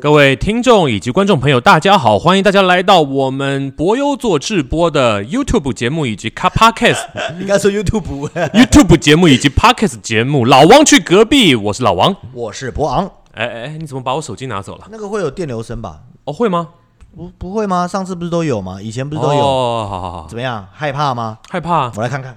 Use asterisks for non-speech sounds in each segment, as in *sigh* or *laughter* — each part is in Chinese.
各位听众以及观众朋友，大家好，欢迎大家来到我们博优做直播的 YouTube 节目以及 Car Podcast *laughs* 应该说 YouTube， YouTube 节目以及 Podcast 节目。老王去隔壁，我是老王。我是博昂。哎哎，哎你怎么把我手机拿走了？那个会有电流声吧？哦，会吗？不，不会吗？上次不是都有吗？以前不是都有？哦，好好好，怎么样？害怕吗？害怕我来看看。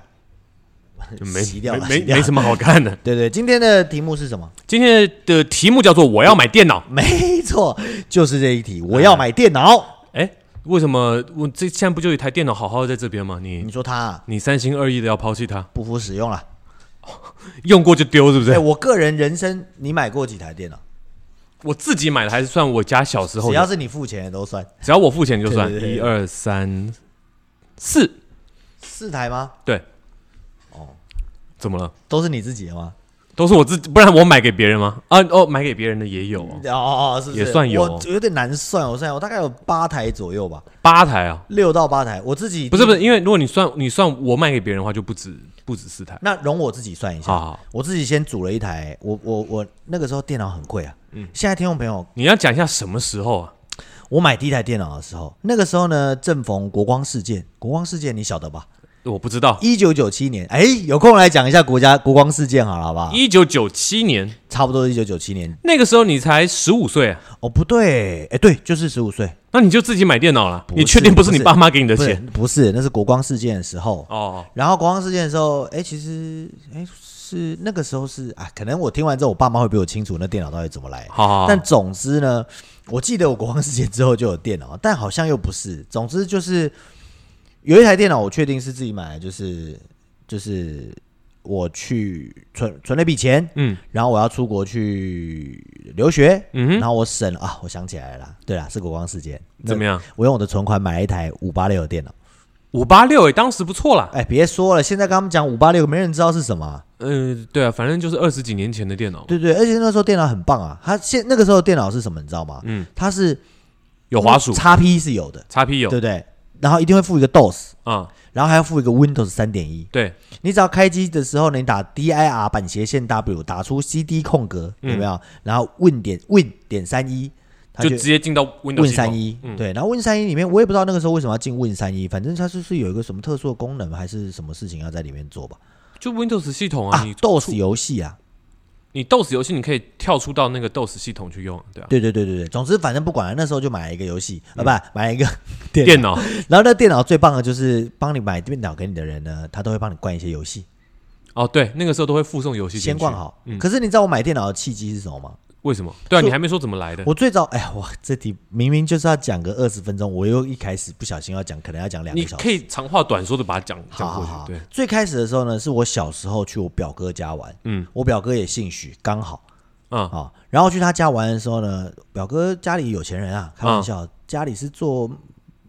就没洗掉了没洗没掉没什么好看的。对对，今天的题目是什么？ *laughs* 今天的题目叫做“我要买电脑没错，就是这一题。我要买电脑。”。哎，为什么我这现在不就有一台电脑好好在这边吗？你你说他、啊、你三心二意的要抛弃它，不敷使用了？用过就丢，是不哎，是？我个人人生，你买过几台电脑？我自己买的还是算我家小时候只的要是你付钱的都算。只要我付钱就算对对对一二三四，四台吗？对，哦，怎么了？都是你自己的吗？都是我自己，不然我买给别人吗？啊哦，买给别人的也有哦，哦哦，是不是也算有我有点难算，我算我大概有八台左右吧，八台啊，六到八台。我自己不是不是，，因为如果你算你算我卖给别人的话，就不止不止四台。那容我自己算一下。好好，好我自己先组了一台，我我我那个时候电脑很贵啊。嗯，现在听众朋友，你要讲一下什么时候啊？我买第一台电脑的时候，那个时候呢正逢国光事件，国光事件你晓得吧？我不知道，一九九七年，哎，有空来讲一下国家国光事件好了，好不好？一九九七年差不多一九九七年，那个时候你才十五岁啊，哦不对，哎对，就是十五岁，那你就自己买电脑了？不是你确定不是你不是爸妈给你的不是钱？不是，那是国光事件的时候。哦，然后国光事件的时候，哎，其实哎是那个时候是啊，可能我听完之后，我爸妈会比我清楚那电脑到底怎么来。好好好，但总之呢，我记得我国光事件之后就有电脑，但好像又不是。总之就是有一台电脑，我确定是自己买的，就是就是我去存存了一笔钱，嗯然后我要出国去留学，嗯哼然后我省了啊，我想起来了啦，对啦，是国光事件。怎么样？样？我用我的存款买了一台五八六的电脑。五八六哎，当时不错啦。哎，别说了，现在跟他们讲五八六，没人知道是什么啊、嗯、对啊，反正就是二十几年前的电脑，对对，而且那时候电脑很棒啊，它现那个时候的电脑是什么，你知道吗？嗯，它是有滑鼠、叉 P 是有的，叉 P 有嗯对不对？然后一定会附一个 DOS，啊、然后还要附一个 Windows 三点一。对，你只要开机的时候呢，你打 dir 板斜线 W，打出 CD 空格，嗯有没有？然后 Win 点 Win 点三一，它就直接进到 Windows Win 系统三一，嗯，对。然后 Win 三一里面，我也不知道那个时候为什么要进 Win 三一，反正它就是有一个什么特殊的功能，还是什么事情要在里面做吧？就 Windows 系统啊，啊你，DOS 游戏啊，你 DOS 游戏你可以跳出到那个 DOS 系统去用，对啊，嗯对对对对对，总之反正不管了，那时候就买了一个游戏，啊，不，买了一个 *laughs* 电脑。电脑然后那电脑最棒的就是帮你买电脑给你的人呢，他都会帮你灌一些游戏，哦，对，那个时候都会附送游戏进去先灌，好。嗯可是你知道我买电脑的契机是什么吗？为什么？对啊，就你还没说怎么来的，我最早，哎呀，我这题明明就是要讲个二十分钟，我又一开始不小心要讲，可能要讲两你个小时。可以长话短说的把它讲好讲好过去，好，对，最开始的时候呢，是我小时候去我表哥家玩，嗯我表哥也姓许，刚好啊、啊、然后去他家玩的时候呢，表哥家里有钱人啊，开玩嗯笑，家里是做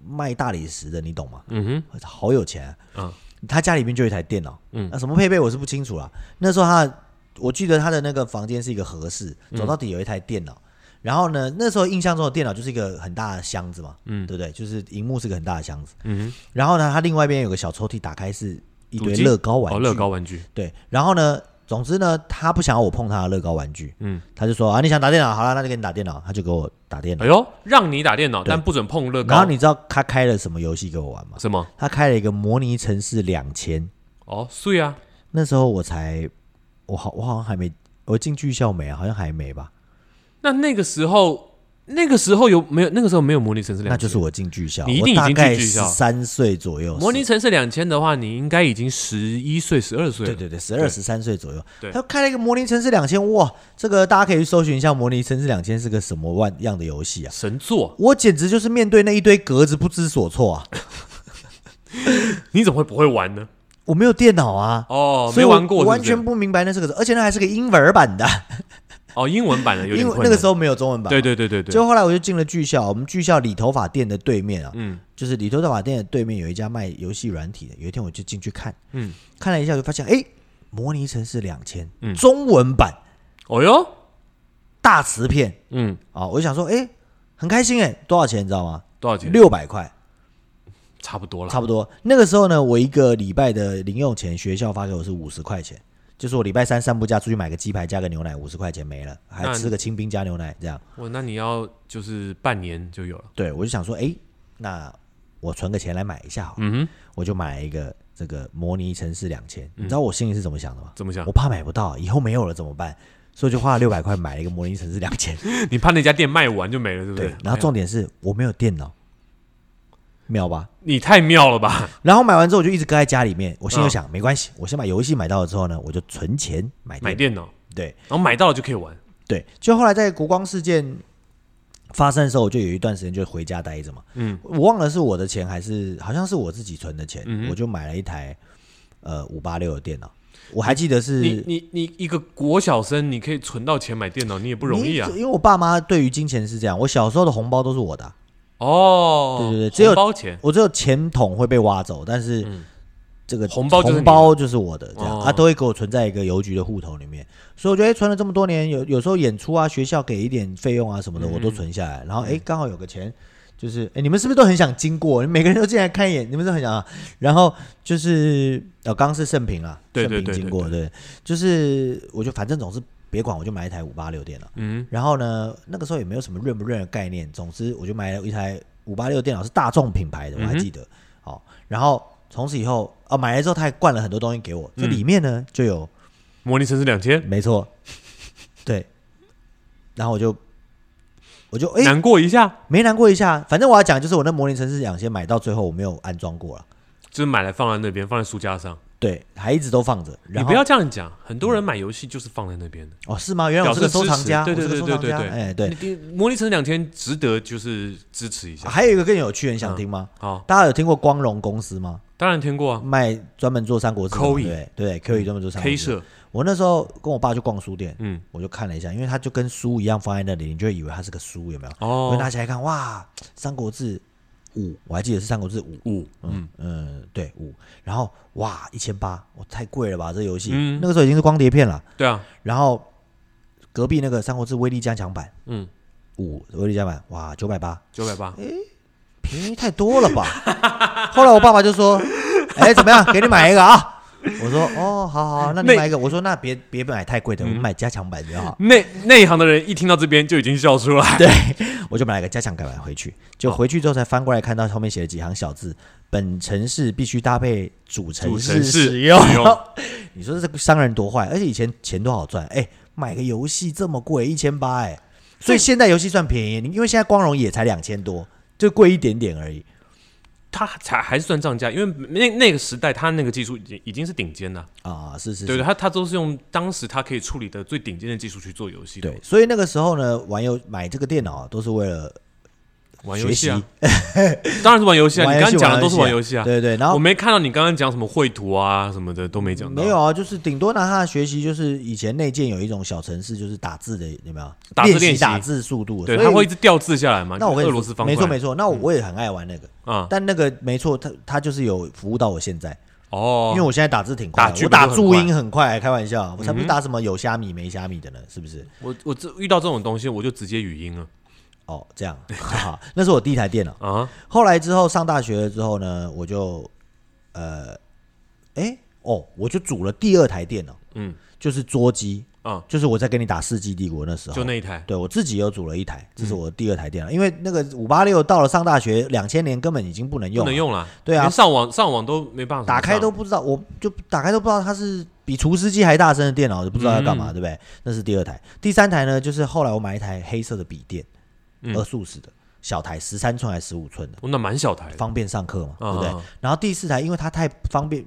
卖大理石的，你懂吗？嗯好有钱、啊。哼，啊、他家里面就有一台电脑，嗯嗯，那什么配备我是不清楚啦。那时候他的，我记得他的那个房间是一个合室，走到底有一台电脑。然后呢，那时候印象中的电脑就是一个很大的箱子嘛，嗯，对不对？就是荧幕是个很大的箱子。嗯然后呢，它另外一边有个小抽屉，打开是一主堆机乐高哼，玩哦，具。乐高玩具，对，然后呢，总之呢，他不想要我碰他的乐高玩具，嗯，他就说啊，你想打电脑，好了，那就给你打电脑，他就给我打电脑哎。呦，让你打电脑，对但不准碰乐然高后，你知道他开了什么游戏给我玩吗？什么？他开了一个《模拟城市两千》。哦，碎啊，那时候我才，我好，我好像还没，我进剧校没啊，好像还没吧？那那个时候。那个时候有没有？那个时候没有模拟城市两千，那就是我进剧校，你一定我大已经概进剧校三岁左右。模拟是城市两千的话，你应该已经十一岁、十二岁了。对对对，十二十三岁左右对，他开了一个模拟城市两千，哇，这个大家可以去搜寻一下，模拟城市两千是个什么万样的游戏啊？神作，我简直就是面对那一堆格子不知所措啊！你怎么会不会玩呢？我没有电脑啊，哦，没所以我玩过是我不是，完全不明白那是个什么，而且那还是个英文版的，哦，英文版的有点因困为难。那个时候没有中文版嘛。对对对对对，就后来我就进了剧校，我们剧校理头发店的对面啊，嗯就是理头发店的对面有一家卖游戏软体的。有一天我就进去看，嗯，看了一下就发现，哎，《模拟城市两千》嗯中文版哦哟，大磁片嗯，啊，我就想说，哎，很开心哎，多少钱你知道吗？多少钱？六百块，差不多了。差不多。那个时候呢，我一个礼拜的零用钱，学校发给我是五十块钱，就是我礼拜三散步假出去买个鸡排加个牛奶，五十块钱没了，还那吃个清冰加牛奶这样。我那你要就是半年就有了。对，我就想说，哎、那我存个钱来买一下好了，嗯哼，嗯我就买了一个这个模拟城市两千、你知道我心里是怎么想的吗？怎么想我？怕买不到，以后没有了怎么办？所以就花了六百块买了一个模拟城市两千。你怕那家店卖完就没了，对不对对？，然后重点是我没有电脑，妙吧？你太妙了 *laughs* 吧？然后买完之后我就一直搁在家里面，嗯我心里想、没关系，我先把游戏买到了之后呢，我就存钱买电买脑。电脑，对然后买到了就可以玩。对，就后来在国光事件发生的时候，我就有一段时间就回家待着嘛。嗯，我忘了是我的钱还是好像是我自己存的钱，嗯哼我就买了一台呃五八六的电脑，我还记得是你你你一个国小生，你可以存到钱买电脑，你也不容易啊因。为我爸妈对于金钱是这样，我小时候的红包都是我的啊、哦，对对对只有红包钱，我只有钱桶会被挖走，但是这个嗯红包就是你的红包就是我的，这样、哦啊都会给我存在一个邮局的户头里面。所以我觉得、诶存了这么多年，有有时候演出啊，学校给一点费用啊什么嗯的，我都存下来。然后哎，诶刚、好有个钱，就是哎、诶你们是不是都很想经过？你们每个人都进来看一眼，你们都很想啊。然后就是哦，刚刚是盛平啊，对盛对平对对经过，对，就是我就反正总是别管，我就买一台五八六电脑。嗯，然后呢，那个时候也没有什么认不认的概念，总之我就买了一台五八六电脑，是大众品牌的，嗯我还记得。好、然后从此以后，啊，买了之后他还灌了很多东西给我，嗯这里面呢、就有，模拟城市两千，没错，对，然后我就。我就哎、难过一下，没难过一下，反正我要讲就是我那模拟城市两千买到最后我没有安装过了，就是买来放在那边，放在书架上。对，还一直都放着。你然后不要这样讲，很多人买游戏就是放在那边的。哦是吗？原来我是个表示收支持藏家，对对我是个对收藏对家对对哎对。你，模拟城市两千值得就是支持一下。还有一个更有趣的，嗯你想听吗？好，大家有听过光荣公司吗？当然听过啊卖专门做三国志的嘛， Koei 对对，Q 专门做三嗯国，K 志。社，我那时候跟我爸去逛书店，嗯，我就看了一下，因为它就跟书一样放在那里，你就会以为它是个书，有没有？我就哦，拿起来看，哇，《三国志五》，我还记得是《三国志五》，五，嗯，嗯，对五。然后哇，一千八，我太贵了吧，这游戏、嗯那个时候已经是光碟片了。对啊，然后隔壁那个《三国志威力加强版嗯，五》威力加强版，哇，九百八，九百八，嗯便宜太多了吧？ *laughs* 后来我爸爸就说：“哎，怎么样？给你买一个啊！”我说：“哦，好好，那你那嗯买一个。”我说：“那别别买太贵的，我们买加强版就好。内内行的人一听到这边就已经笑出 *laughs* 来。”我就买了个加强版回去。就哦回去之后才翻过来看到后面写了几行小字：“本城市必须搭配主城市主城市使用”使用。*laughs* 你说这个商人多坏？而且以前钱多好赚，哎，买个游戏这么贵，一千八哎，所以现在游戏算便宜，你因为现在光荣也才两千多，就贵一点点而已。他才还是算涨价，因为那那个时代他那个技术已经已经是顶尖了，啊，是是对是对，，他他都是用当时他可以处理的最顶尖的技术去做游戏的，对，所以那个时候呢，玩游买这个电脑啊都是为了玩游戏啊， *laughs* 当然是玩游戏啊，玩你游刚戏刚讲的都是玩玩游游戏戏啊啊，对对然后我没看到你刚刚讲什么绘图啊什么的都没讲到，没有啊，就是顶多拿它的学习，就是以前内建有一种小程式，就是打字的，有没有打字习练习打字速度？对，所以他会一直掉字下来嘛，那我跟就你俄说罗斯方块，嗯没错没错，那我我也很爱玩那个，啊，但那个没错，它它就是有服务到我现在，因为哦，我现在打字挺快打的，剧我本打都很注快嗯音很快，开玩笑，我才不是打什么有虾米没虾米的呢，是不是？我我这遇到这种东西我就直接语音了哦，这样，哈哈，那是我第一台电脑。啊，后来之后上大学了之后呢，我就呃，哎、哦，我就组了第二台电脑，嗯就是桌机，啊，就是我在跟你打《世纪帝国》那时候，就那一嗯台，对我自己有组了一台，这是我的第二台电脑，因为那个五八六到了上大学两千年根本已经不能用不了，能用了，对啊连上网上网都没办法打开都上不知道，我就打开都不知道它是比厨师机还大声的电脑，就不知道要干嗯嘛，对不对？那是第二台，第三台呢，就是后来我买一台黑色的笔电，嗯二速式的小台，十三寸还是十五寸的。哦那蛮小台的，方便上课嘛，嗯对不嗯对嗯？然后第四台，因为它太方便，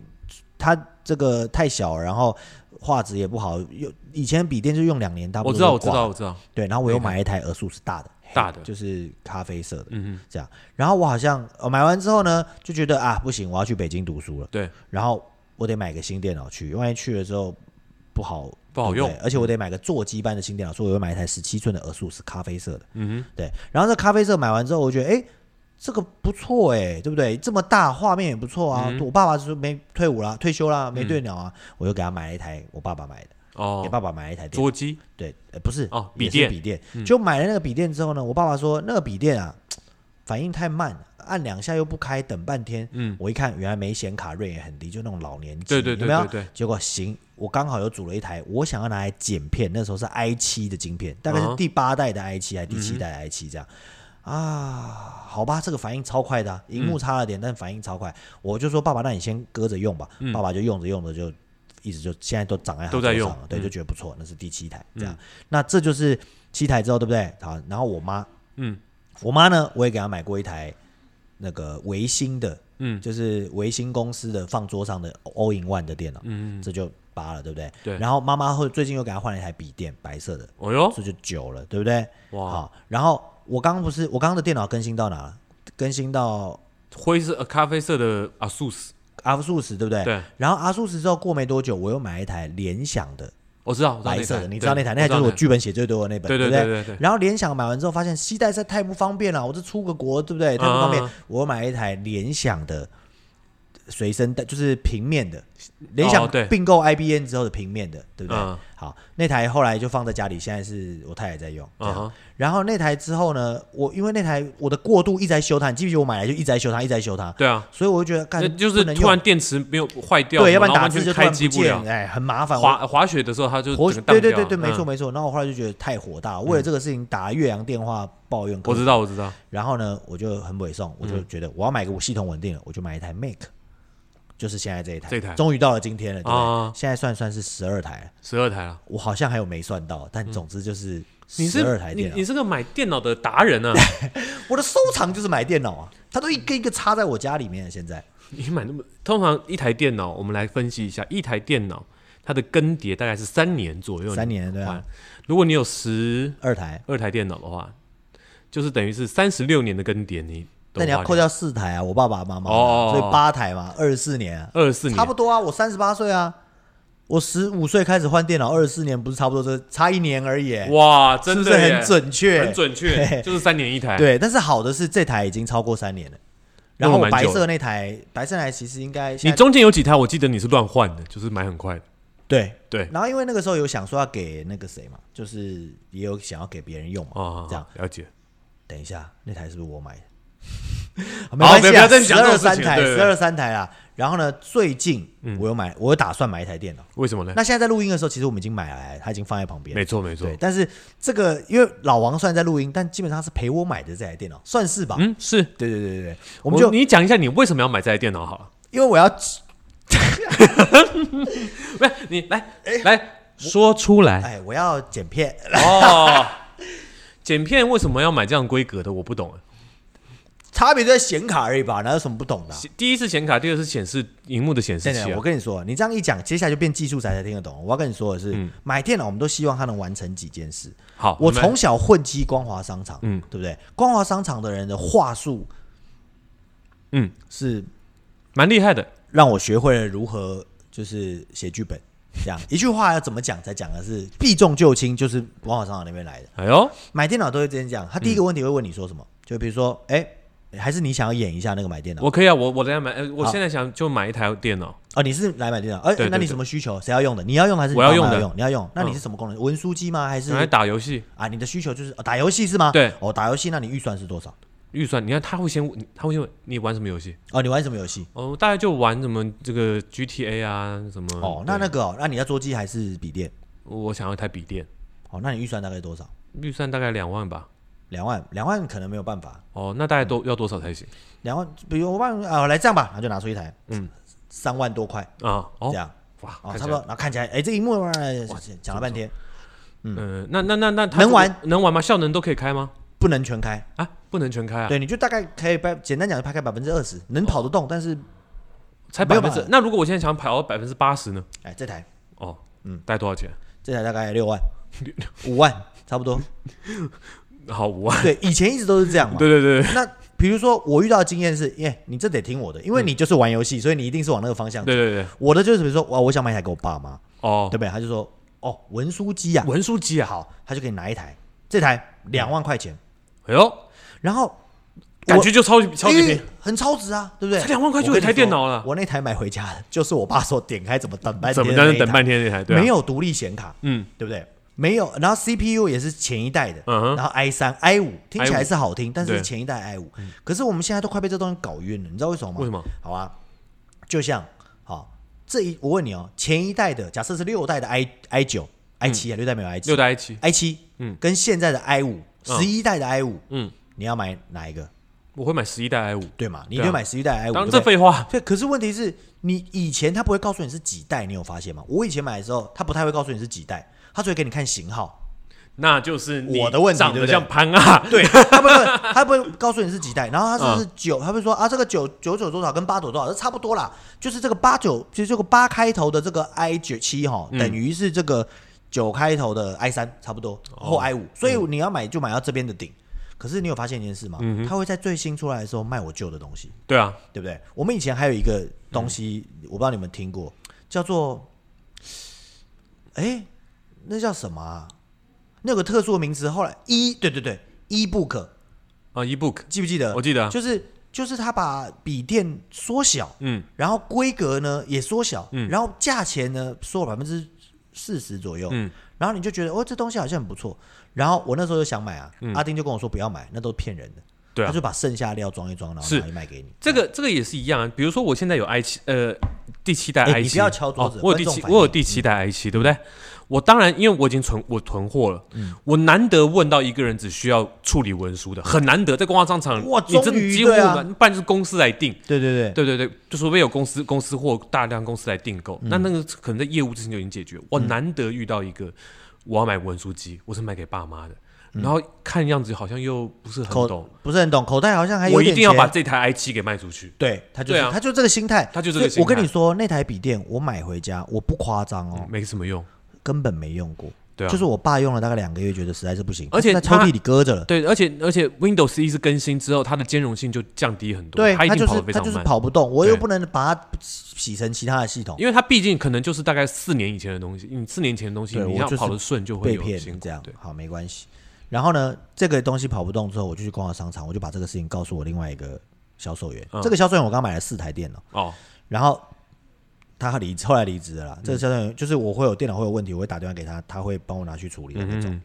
它这个太小，然后画质也不好。用以前笔电就用两年，大部我分知道我就知挂道我知道，对，然后我又买了一台俄数是大的，大的就是咖啡色的嗯这样。然后我好像呃买完之后呢，就觉得啊不行，我要去北京读书了哼，，对，然后我得买个新电脑去，万一去了之后不好不好对不用嗯对，而且我得买个座机般的新电脑，所以我又买一台十七寸的俄数是咖啡色的。嗯哼。对，然后这咖啡色买完之后，我觉得哎，诶这个不错哎，对不对？这么大画面也不错嗯啊。我爸爸是没退伍啦，退休啦，没对鸟啊，我又给他买了一台我爸爸买的，给哦，爸爸买了一台电脑捉鸡对，呃不是哦笔也是电嗯笔电。就买了那个笔电之后呢，我爸爸说那个笔电啊，反应太慢，按两下又不开，等半天。嗯，我一看，原来没显卡，瑞也很低，就那种老年机，对对有对没有对？对，结果行，我刚好又组了一台，我想要拿来剪片，那时候是 i 七的晶片，大概嗯是哼第八代的 i 七还是第七代的 i 七这样。啊，好吧，这个反应超快的啊、荧幕差了点，但反应超快。我就说爸爸，那你先搁着用吧。爸爸就用着用着就一直就现在都长在他嗯都在手用上了对，嗯就觉得不错。那是第七台这样，那这就是七台之后，对不对？好，然后我妈，嗯我妈呢，我也给她买过一台那个维新的，嗯就是维新公司的放桌上的 All in One 的电脑，嗯，这就八了，对不对？对然后妈妈后最近又给她换了一台笔电，白色的，哦哟，这就九了，对不对？哇，好，然后我刚刚不是我刚刚的电脑更新到哪了？更新到灰色、呃、咖啡色的阿素斯，阿苏十，对不对？对，然后阿苏十之后过没多久，我又买一台联想的我知道，我知道那白色的，台你知道那对台？那台就是知我道剧本写最多的那本，对不对对对对，然后联想买完之后发现携带实在太不方便了，我这出个国对不对？太不方便，嗯嗯我买一台联想的随身带，就是平面的，联想哦对并购 IBM 之后的平面的，对不对？嗯好，那台后来就放在家里，现在是我太太在用。这嗯样哼，然后那台之后呢，我因为那台我的过度一直在修它，你记不记得我买来就一直在修它，一直在修它，对啊，所以我就觉得那干就是不能突然用电池没有坏掉，对，要不然后打完字全就突开然不机了见，。哎，很麻烦。我滑滑雪的时候，它就我整个荡对掉对了对对，没错嗯没错。然后我后来就觉得太火大，为了这个事情打岳阳电话抱怨客我户知嗯道我知道，然后呢，我就很委送，我就觉得我要买个系统稳定的，我就买一台 Make，就是现在这一台。这一台终于到了今天了，对不对？啊现在算算是十二台了，十二台了。我好像还有没算到，但总之就是嗯你十二是台你电脑。你是个买电脑的达人啊！ *laughs* 我的收藏就是买电脑啊，它都一个一个插在我家里面了。现在你买那么通常一台电脑，我们来分析一下，一台电脑它的更迭大概是三年左右。三年了对啊，如果你有十二台，二台电脑的话，就是等于是三十六年的更迭，你都那你要花扣掉四台啊，我爸爸妈妈啊，哦所以八台嘛，二十四年啊、二十四差不年，多啊。我三十八岁啊，我十五岁开始换电脑，二十四年不是差不多这差一年而已耶，哇，是真不的是耶很准确？很准确，对就是三年一台。对，但是好的是这台已经超过三年了。那然后我蛮白久色那台，白色那台其实应该你现在中间有几台，我记得你是乱换的，就是买很快的。对对然后因为那个时候有想说要给那个谁嘛，就是也有想要给别人用嘛。哦，嗯这样了解。等一下，那台是不是我买的？ *laughs* 好没关系不要啊，哦再十讲这二种事三情台，对对嗯十对二三台啊。然后呢，最近我有买，我有打算买一台电脑。为什么呢？那现在在录音的时候，其实我们已经买来了，它已经放在旁边了没。错没错对，，但是这个因为老王虽然在录音，但基本上是陪我买的这台电脑，算是吧？嗯，是。对对对对对，我我们就你讲一下你为什么要买这台电脑好了。因为我要不是你来来说出来哎哎，我要剪片，哦。剪片为什么要买这样规格的？我不懂啊。差别就在显卡而已吧，哪有什么不懂的啊、第一是显卡，第二是显示荧幕的显示真器啊的，我。跟你说，你这样一讲，接下来就变技术宅才听得懂。我要跟你说的是，买电脑我们都希望它能完成几件事。好，我嗯哦你们从小混迹光华商场，嗯对不对？光华商场的人的话术嗯是蛮厉害的，让我学会了如何就是写剧本，这样一句话要怎么讲才讲的是避重就轻，就是光华商场那边来的。哎呦，买电脑都会这样讲，他第一个问题会问你说什么？就比如说，哎，还是你想要演一下那个买电脑？嗯我可以啊，我我等下买，呃我好现在想就买一台电脑，哦，你是来买电脑？哎、对对那你对什么需求？谁要用的？你要用还是你我要爸妈用的用？你要用？那你是什么功能？文书机吗？还是用来打游戏，啊？你的需求就是、哦打游戏是吗？对哦，打游戏，那你预算是多少？预算，你看他会先问，他会先问你玩什么游戏，哦，你玩什么游戏？哦，大概就玩什么这个 GTA 啊，什么哦，那那对个哦，那你要桌机还是笔电？我想要一台笔电，哦，那你预算大概多少？预算大概两万吧，两万，两万可能没有办法。哦，那大概嗯都要多少才行两万，比如我帮你啊，来这样吧，然后就拿出一台，嗯，三万多块、啊？这哦，样，哇，哦，看起差来不多。然后看起来，哎，这一幕嘛，讲了半天，嗯，那那那那它能玩这个能玩吗？效能都可以开吗？不能全开，啊，不能全开啊，对，你就大概可以百，简单讲，大概百分之二十能跑得动，但是，才没百有分之办。那如果我现在想跑到百分之八十呢？哎，这台哦，嗯，大概多少钱？这台大概六万，五万差 *laughs* 不多。好，五万。 *laughs* 对，以前一直都是这样嘛。对对对对那比如说我遇到的经验是，耶，你这得听我的，因为你就是玩游戏，所以你一定是往那个方向嗯走。对对对，我的就是比如说，哇，我想买一台给我爸妈，哦对，不对？他就说，哦，文书机啊，文书机啊，好，他就给你拿一台，这台两万块钱，哎呦，然然后感觉就超级超级便宜哎，很超值啊，对不对？才2万块就有我跟你一台电说脑了我那台买回家的，就是我爸说点开怎么等半天怎的么但那一台，是等半天那台对啊没有独立显卡，嗯，对不对？没有，然后 CPU 也是前一代的，嗯哼然后 i 三 i 五听起 i5 来是好听，但是对嗯是前一代 i 五，可是我们现在都快被这东西搞晕了，你知道为什么吗？为什么？好啊，就像好这一我问你哦，前一代的假设是六代的 i i 九 i 七啊，六代没有 i 七，嗯六代 i 七， i 七，嗯嗯，跟现在的 i 五，嗯十一代的 i 五，嗯，你要买哪一个？我会买十一代 i 五。对嘛？你对啊就买十一代 i 哎五，当然对这不对废话，对，可是问题是你以前他不会告诉你是几代，你有发现吗？我以前买的时候，他不太会告诉你是几代，他只会给你看型号。那就是你我的问题长对得不对像潘啊，对， *laughs* 他不会，他不会告诉你是几代，然后他是是九，他会说啊，这个九九九多少跟八九多少，这差不多啦，就是这个八九，就是这个八开头的这个 i 九七哈，嗯等于是这个九开头的 i 三，差不多哦或 i 五，所以嗯你要买就买到这边的顶。可是你有发现一件事吗？他会在最新出来的时候卖我旧的东西， *laughs* 对啊，对不对？我们以前还有一个东西，嗯我不知道你们听过，叫做，哎，那叫什么、啊？那有个特殊的名词，后来一、对对对，ebook。啊 ebook，记不记得？我记得啊就是就是他把笔电缩小，嗯，然后规格呢也缩小，嗯，然后价钱呢缩了百分之四十左右，嗯，然后你就觉得哦这东西好像很不错，然后我那时候就想买啊，阿丁就跟我说不要买，那都是骗人的，嗯对啊他就把剩下料装一装，然后是拿去卖给你。这个这个也是一样啊。比如说我现在有 i 七，呃，第七代哎 i 你七、不要敲桌子哦，我有第观众七，反应嗯我有第七代 i 七，对不对？我当然，因为我已经存我囤货了，嗯我难得问到一个人只需要处理文书的，很难得，在光华商场，哇你真的终于几乎对啊不然就是公司来定，对对对，对对对，就除非有公司公司或大量公司来订嗯购，那那个可能在业务之前就已经解决。我难得遇到一个我要买文书机，我是买给爸妈的，然后看样子好像又不是很懂嗯口，不是很懂，口袋好像还有我一点定要钱把这台 i 七给卖出去。对他就对是、啊他就这个心态，他就这个所心以我态跟你说，那台笔电我买回家，我不夸张哦，没什么用，根本没用过。嗯对啊，就是我爸用了大概两个月，觉得实在是不行，而且他就在抽他屉里搁着了。对，而且而且 Windows 一是更新之后，它的兼容性就降低很多，对，它一他定就跑是得非他常就是慢，跑不动，我对又不能把它洗成其他的系统，因为它毕竟可能就是大概四年以前的东西，你四年前的东西，对你我要就是跑得顺就会被有骗辛苦这样对，。好，没关系。然后呢，这个东西跑不动之后，我就去逛了商场，我就把这个事情告诉我另外一个销售员。嗯这个销售员我刚买了四台电脑，哦，然后他离后来离职嗯了啦。这个销售员就是我会有电脑会有问题，我会打电话给他，他会帮我拿去处理的那种。嗯，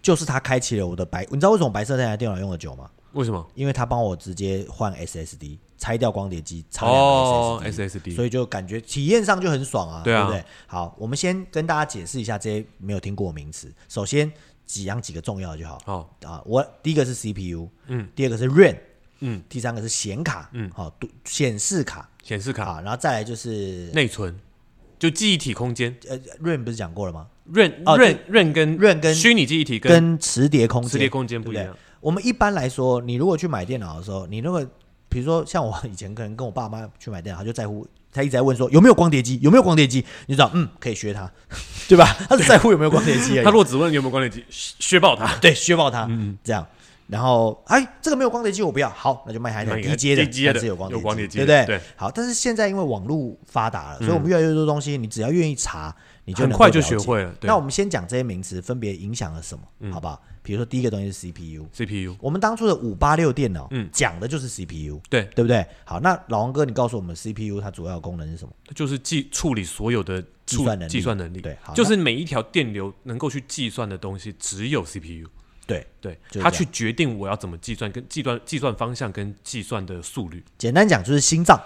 就是他开启了我的白，你知道为什么白色那台电脑用的久吗？为什么？因为他帮我直接换 SSD，拆掉光碟机，插两哦个 SSD，、 ，SSD，所以就感觉体验上就很爽啊，对啊不对？好，我们先跟大家解释一下这些没有听过的名词。首先，几样几个重要的就好好，啊。我第一个是 CPU，嗯，第二个是 RAM，嗯，第三个是显卡，嗯，好、都显示卡显示卡啊，然后再来就是内存，就记忆体空间呃，RAM 不是讲过了吗？ ，RAM 哦 RAM RAM 跟 RAM 跟虚拟记忆体跟磁碟空间，磁碟空间不一对样不对。我们一般来说，你如果去买电脑的时候，你如果比如说像我以前可能跟我爸妈去买电脑，他就在乎，他一直在问说有没有光碟机，有没有光碟机，你就知道，嗯，可以学他， *laughs* 对吧？他只在乎有没有光碟机而已。他如果只问有没有关联机，削爆他。 *laughs* 对削爆他，嗯这样。然后，哎，这个没有光碟机，我不要。好，那就卖他一台卖给低阶的，低阶的但是有光碟有光碟机对的不对？对嗯好，但是现在因为网络发达了，所以我们越来越多东西，你只要愿意查，你就很能快够就了学解会了对嗯那我们先讲这些名词分别影响了什么，好不好？比如说第一个东西是 CPU， CPU 我们当初的五八六电脑，嗯讲的就是 CPU，对，对不对？好，那老王哥，你告诉我们 CPU 它主要的功能是什么？它就是记处理所有的计处算能力计算能力，对好就是每一条电流能够去计算的东西只有 CPU，对，对，就是它这样去决定我要怎么计算跟计算计算方向跟计算的速率，简单讲就是心脏。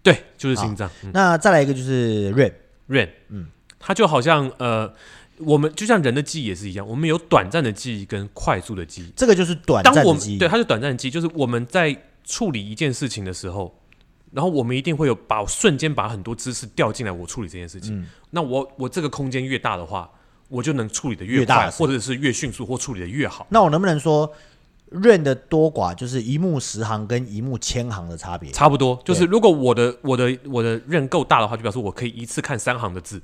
对，就是心脏那再来一个就是 RAM， RAM，嗯，它就好像呃。我们就像人的记忆也是一样，我们有短暂的记忆跟快速的记忆。这个就是短当暂我的们记忆对，。它是短暂记忆，就是我们在处理一件事情的时候，然后我们一定会有把瞬间把很多知识调进来，我处理这件事情。嗯那我我这个空间越大的话，我就能处理的越大快，的事或者是越迅速，或处理的越好，那我能不能说 RAM 的多寡就是一目十行跟一目千行的差别？差不多。就是如果我的我的我的任够大的话，就表示我可以一次看三行的字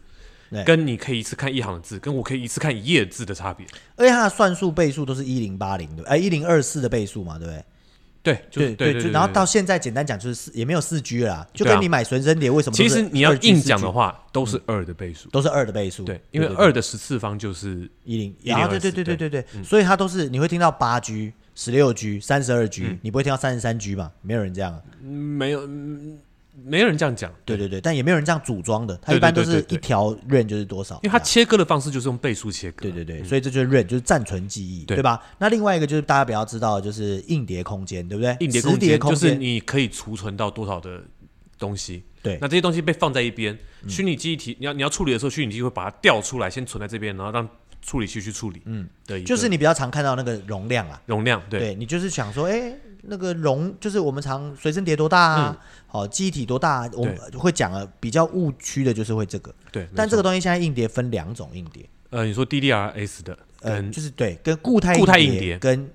对。跟你可以一次看一行的字，跟我可以一次看一页的字的差别，而且它的算术倍数都是一零八零的，哎，一零二四的倍数嘛，对不对？对，就是对对对就对。然后对到现在，简单讲就是四也没有四 G 啦，就对啊跟你买随身碟为什么都其是实你要 2G 硬讲的 4G 话，都是二的倍数，都是二的倍数，对，因为嗯对对对二的十次方就是一零， 1024然后对对对对对对，嗯所以它都是你会听到八 G、十六 G、三十二 G，你不会听到三十三 G 嘛？没有人这样啊，嗯没有，嗯没有人这样讲，对对对，但也没有人这样组装的，它对一般都对是对一对对条 range 就是多少，因为它这样切割的方式就是用倍数切割，对对对，所以这就是 RAM，就是暂存记忆，嗯对对吧？那另外一个就是大家比较知道，的就是硬碟空间，对不对？硬碟磁空碟间空就是你可以储存到多少的东西。对嗯那这些东西被放在一边，虚拟记忆体你要你要处理的时候，虚拟记忆会把它调出来，先存在这边，然后让处理器去处理。嗯，的一个就是你比较常看到那个容量啊，容量，对，对你就是想说，哎，那个容就是我们常随身碟多大啊？嗯好，记忆体多大啊？我们会讲啊，比较误区的就是会这个，对，但没错这个东西现在硬碟分两种硬碟，呃，你说 DDRS 的，呃，嗯，就是对，跟固态固态硬硬碟跟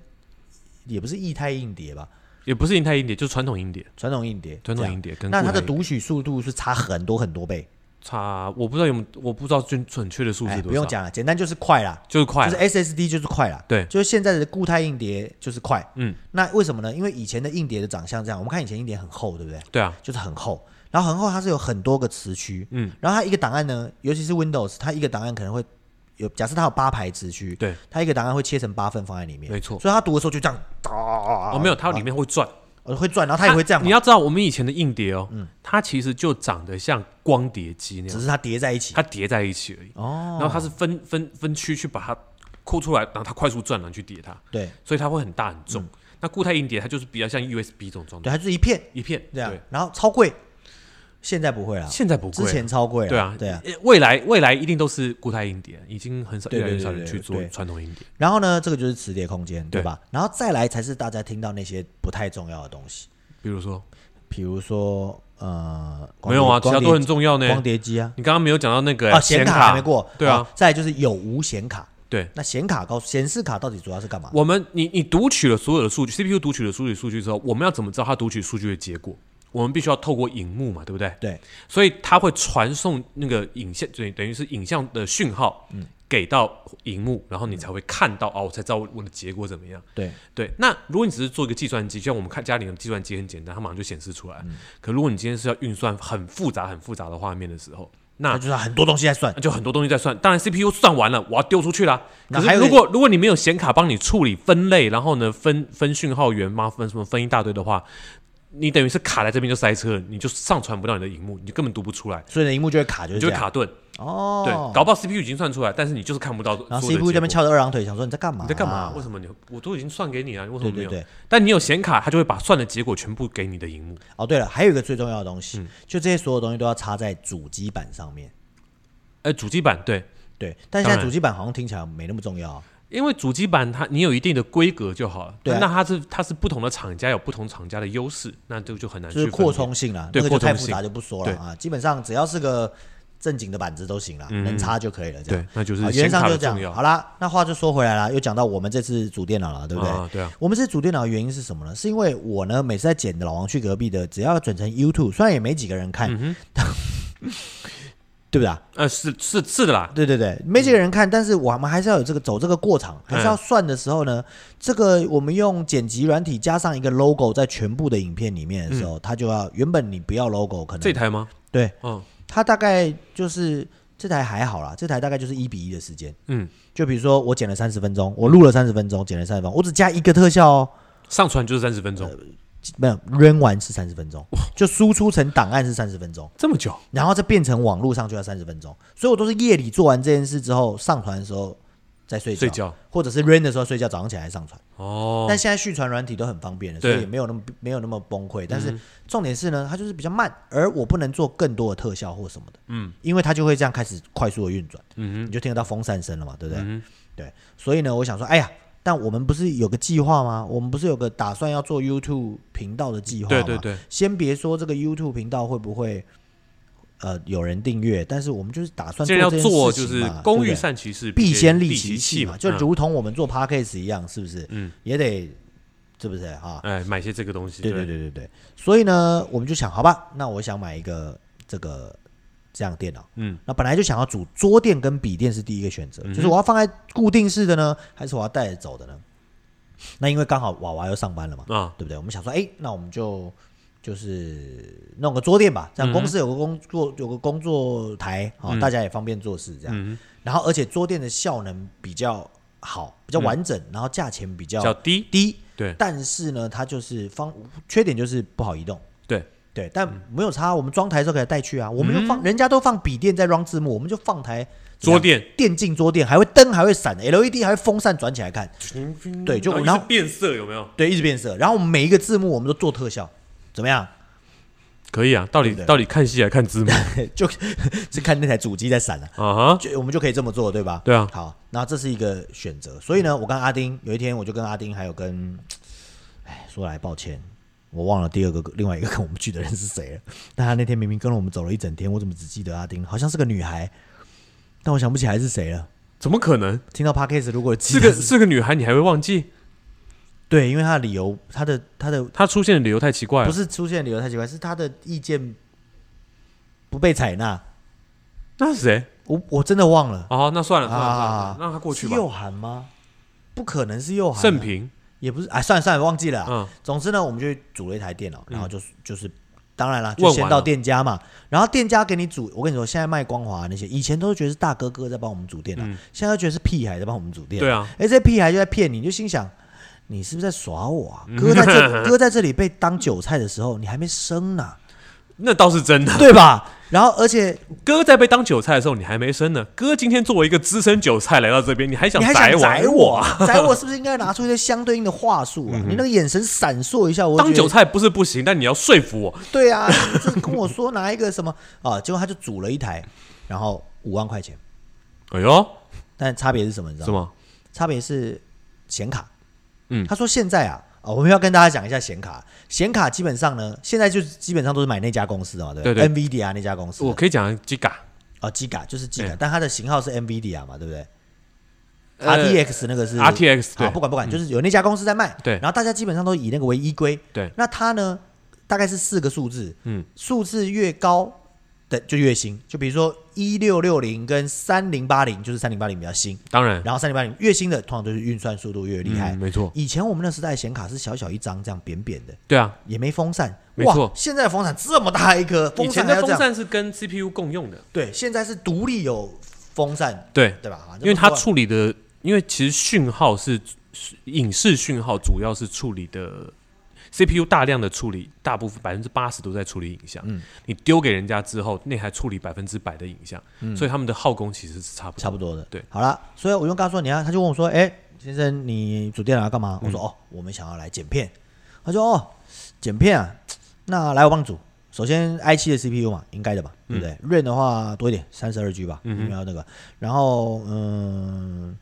也不是液态硬碟吧，也不是银泰硬碟，就是传统硬碟，传统硬碟，传这统样硬碟跟那它的固态硬读取速度是差很多很多倍，差，我不知道有没有，我不知道准准确的数哎，字多少，啊不用，讲了，简单就是快啦，就是快就了，是 SSD 就是快啦，对就是现在的固态硬碟就是快。嗯，那为什么呢？因为以前的硬碟的长相这样，我们看以前硬碟很厚，对不对？对啊，就是很厚，然后很厚它是有很多个磁区，嗯，然后它一个档案呢，尤其是 Windows，它一个档案可能会有，假设它有八排磁区，对，它一个档案会切成八份放在里面，没错所以它读的时候就这样，啊哦，没有，它里面会转，呃会转，然后它也会这样啊你嘛，要知道，我们以前的硬碟哦，它其实就长得像光碟机那只样，是它叠在一起，它叠在一起而已。哦，然后它是分分分区去把它抠出来，然后它快速转，然后去叠它，对所以它会很大很嗯重。那固态硬碟它就是比较像 USB 这种状态，对，它就是一片一片这样对，，然后超贵，现在不会了，现在不之贵前。超贵了，对啊，对啊。呃，未来未来一定都是固态硬碟，已经很少对越对来越少对人对去做对传统硬碟。然后呢，这个就是磁碟空间，对对吧？然后再来才是大家听到那些不太重要的东西，比如说，比如说呃，光没有啊，其碟他都很重要呢。光碟机啊，你刚刚没有讲到那个啊，欸显卡卡还没过，哦对啊好，再来就是有无显卡，对，那显卡高显示卡到底主要是干嘛？我们你你读取了所有的数据，CPU 读取了所有的数据之后，我们要怎么知道它读取数据的结果？我们必须要透过荧幕嘛，对不对？对，所以它会传送那个影像，等于等于是影像的讯号，给到荧幕，然后你才会看到、哦，我才知道我的结果怎么样。对，对，那如果你只是做一个计算机，就像我们看家里的计算机很简单，它马上就显示出来。可如果你今天是要运算很复杂、很复杂的画面的时候，那那就是很多东西在算，那就很多东西在算。当然 CPU 算完了，我要丢出去啦。那可还是有如果如果你没有显卡帮你处理分类，然后呢分分讯号源嘛，分什么分一大堆的话，你等于是卡在这边就塞车了，你就上传不到你的荧幕，你就根本读不出来，所以呢，荧幕就会卡，就是你这就会样。卡顿。哦，对，搞不好 CPU 已经算出来，但是你就是看不到。然后所有的 CPU 这边结果翘着二郎腿，想说你在干嘛？你在干嘛？为什么你我都已经算给你了，你为什对么没对有？对，但你有显卡，它就会把算的结果全部给你的荧幕。哦对了，还有一个最重要的东西，嗯就这些所有东西都要插在主机板上面。呃，主机板对，对，但现在当然主机板好像听起来没那么重要啊、因为主机板它你有一定的规格就好了，对啊那它是它是不同的厂家有不同厂家的优势，那就就很难去就是扩分充性啦，对那个就太扩充复性杂就不说了对啊。基本上只要是个正经的板子都行啦，能插就可以了。这别。样嗯对，，那就是好显啊原则上卡就的是这重样。要，好啦，那话就说回来啦，又讲到我们这次主电脑了，对不对？啊对啊，我们这次主电脑的原因是什么呢？是因为我呢每次在剪的老王去隔壁的，只要转成 YouTube，虽然也没几个人看，嗯 *laughs* 对不对啊？呃，是是是的啦，对对对，没几个人看，但是我们还是要有这个走这个过场，还是要算的时候呢，这个我们用剪辑软体加上一个 logo 在全部的影片里面的时候，它就要原本你不要 logo，可这能台吗？对嗯它大概就是这台还好啦，这台大概就是一比一的时间，嗯，就比如说我剪了三十分钟，我录了三十分钟，剪了三十分钟，我只加一个特效哦，上传就是三十分钟，呃没有 run 完是三十分钟，就输出成档案是三十分钟。这么久，然后再变成网络上就要三十分钟，所以我都是夜里做完这件事之后，上传的时候再睡觉，睡觉或者是 rain 的时候睡觉，早上起来上传。哦但，现在续传软体都很方便了，所对嗯以也没有那么没有那么崩溃。但是重点是呢，它就是比较慢，而我不能做更多的特效或什么的，嗯，因为它就会这样开始快速的运转，嗯，你就听得到风扇声了嘛，对不对？嗯对，所以呢，我想说，哎呀。但我们不是有个计划吗？我们不是有个打算要做 YouTube 频道的计划吗？对对对，先别说这个 YouTube 频道会不会呃有人订阅，但是我们就是打算既然要这件事做就情是嘛工欲对不对善其事，必先利利其器器嘛，就嗯如同我们做 podcast 一样，是不是？嗯，也得是不是啊？哎买些这个东西，对对对对对，所以呢，我们就想，好吧，那我想买一个这个这样电脑。嗯，那本来就想要主桌垫跟笔电是第一个选择，就是我要放在固定式的呢，还是我要带着走的呢？那因为刚好娃娃要上班了嘛，啊，对不对？我们想说，哎，那我们就就是弄个桌垫嗯吧，这样公司有个工作、有个工作台啊、哦大家也方便做事这样。嗯然后而且桌垫的效能比较好，比较完整，然后价钱比嗯较较低，低，对但是呢，它就是方缺点就是不好移动。对对，但没有差，我们装台的时候可以带去啊，我们就放，人家都放笔电在装字幕，我们就放台嗯桌垫，电竞桌垫，还会灯还会闪，LED 还会风扇转起来看，对就然后然一后直变色有没有？对，一直变色。然后我们每一个字幕我们都做特效，怎么样？可以啊，到底对不对到底看戏还看字 *laughs* 幕就是看那台主机在闪了、啊哈？就我们就可以这么做，对吧？对啊好，那这是一个选择。所以呢，我跟阿丁有一天，我就跟阿丁还有跟，哎，说来抱歉，我忘了第二个另外一个跟我们去的人是谁了。但他那天明明跟了我们走了一整天，我怎么只记得阿丁？好像是个女孩，但我想不起来是谁了。怎么可能？听到 podcast 如果记是得个是个女孩，你还会忘记？对，因为他的理由，他的他的她出现的理由太奇怪不了。是出现的理由太奇怪，是他的意见不被采纳。那是谁？我我真的忘了，哦，那算了算了算啊了，让她过去是吧。右韩吗？不可能是右韩啊、盛平，也不是，哎，算了算了，忘记了啊、嗯，总之呢，我们就组了一台电脑，然后就是、就是，当然了，问就完先到了店家嘛，然后店家给你组。我跟你说，现在卖光华那些，以前都觉得是大哥哥在帮我们组电脑，现在觉得是屁孩在帮我们组电脑。嗯对啊，哎，这屁孩就在骗你，你就心想，你是不是在耍我嗯啊？哥 *laughs* 在这哥在这里被当韭菜的时候，你还没生呢，那倒是真的。对吧？然后而且哥在被当韭菜的时候，你还没生呢。哥今天作为一个资深韭菜来到这边，你还想你还想我？宰我？ *laughs* 宰我是不是应该拿出一些相对应的话术啊？你那个眼神闪烁一下，我嗯就当觉韭得菜不是不行，但你要说服我。对啊，这跟我说拿一个什么 *laughs* 啊？结果他就组了一台，然后五万块钱，哎呦，但差别是什么？你知道什吗？么？差别是显卡。嗯他说现在啊，啊，我们要跟大家讲一下显卡。显卡基本上呢，现在就是基本上都是买那家公司的嘛，对不对 NVIDIA 那家公司我的可以讲 Giga 啊，Giga 就是 Giga，、嗯但它的型号是 NVIDIA 嘛，对不对、呃 r t x 那个是 RTX 啊，对嗯不管不管，就是有那家公司在卖，对然后大家基本上都以那个为依归，对那它呢，大概是四个数字，嗯，数字越高的就越新，就比如说一六六零跟三零八零，就是三零八零比较新，当然，然后三零八零越新的通常都是运算速度越厉害。嗯没错，以前我们那时代显卡是小小一张，这样扁扁的，对啊。也没风扇，没错哇现在的风扇这么大一颗，以风扇前还的要这风样，扇是跟 CPU 共用的，对，现在是独立有风扇，对，对吧？因为它这么多处理的，因为其实讯号是是影视讯号，主要是处理的 CPU 大量的处理，大部分百分之八十都在处理影像。嗯你丢给人家之后，那台处理百分之百的影像，所以他们的耗功其实是差不多。嗯差不多的。对好了，所以我就跟他说，你看，他就问我说，哎、先生，你组电脑要干嗯嘛？我说，哦，我们想要来剪片。他说，哦，剪片啊，那来我帮你组。首先，i 7的 CPU 嘛，应该的吧，嗯对不对、r a m 的话多一点，三十二 G 吧，嗯，要那个。然后，嗯，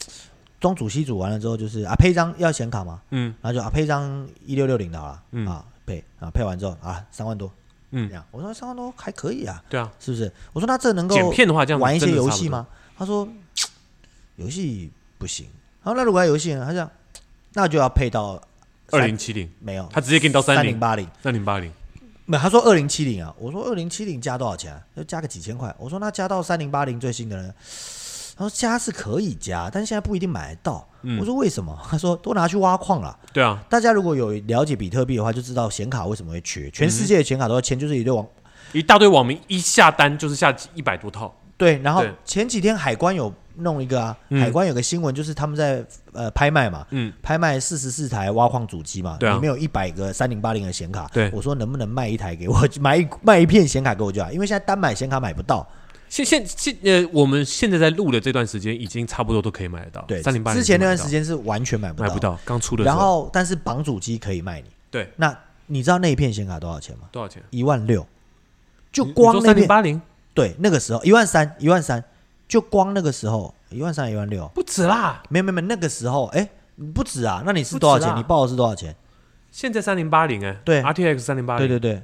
中组西组完了之后，就是啊，配一张要显卡嘛，嗯，然后就啊，配一张一六六零的好了，嗯啊，配啊，配完之后啊，三万多，嗯这样。我说三万多还可以啊，对啊，是不是？我说那这能够剪片的话，这样子玩一些真的游差不戏多？吗？他说嘖游戏不行。然后那如果要游戏呢？他讲那就要配到二三零七零，没有，他直接给你到三零八零。三零八零，没有，他说二零七零啊。我说二零七零加多少钱、啊？要加个几千块。我说那加到三零八零最新的呢？他说加是可以加，但是现在不一定买得到。嗯我说为什么？他说都拿去挖矿了。对啊，大家如果有了解比特币的话，就知道显卡为什么会缺，全嗯世界的显卡都要签，就是一堆网一大堆网民一下单就是下一百多套，对，然后对前几天海关有弄一个啊，嗯海关有个新闻就是他们在呃拍卖嘛，嗯，拍卖四十四台挖矿主机嘛，对啊里面有一百个三零八零的显卡，对我说能不能卖一台给我， *laughs* 买一卖一片显卡给我就好，因为现在单买显卡买不到，现现现呃，我们现在在录的这段时间已经差不多都可以买得到，对，三零八零之前那段时间是完全买不买到，不到，刚出的时然候，后但是绑主机可以卖你，对，那你知道那一片显卡多少钱吗？多少钱？一万六，就光那三零片，八零对，那个时候一万三，一万三，就光那个时候一万三一万六。不止啦，没有没有没有，那个时候哎、不止啊，那你是多少不止钱？啦你报的是多少钱？现在三零八零哎，对，RTX 三零八对零，对对，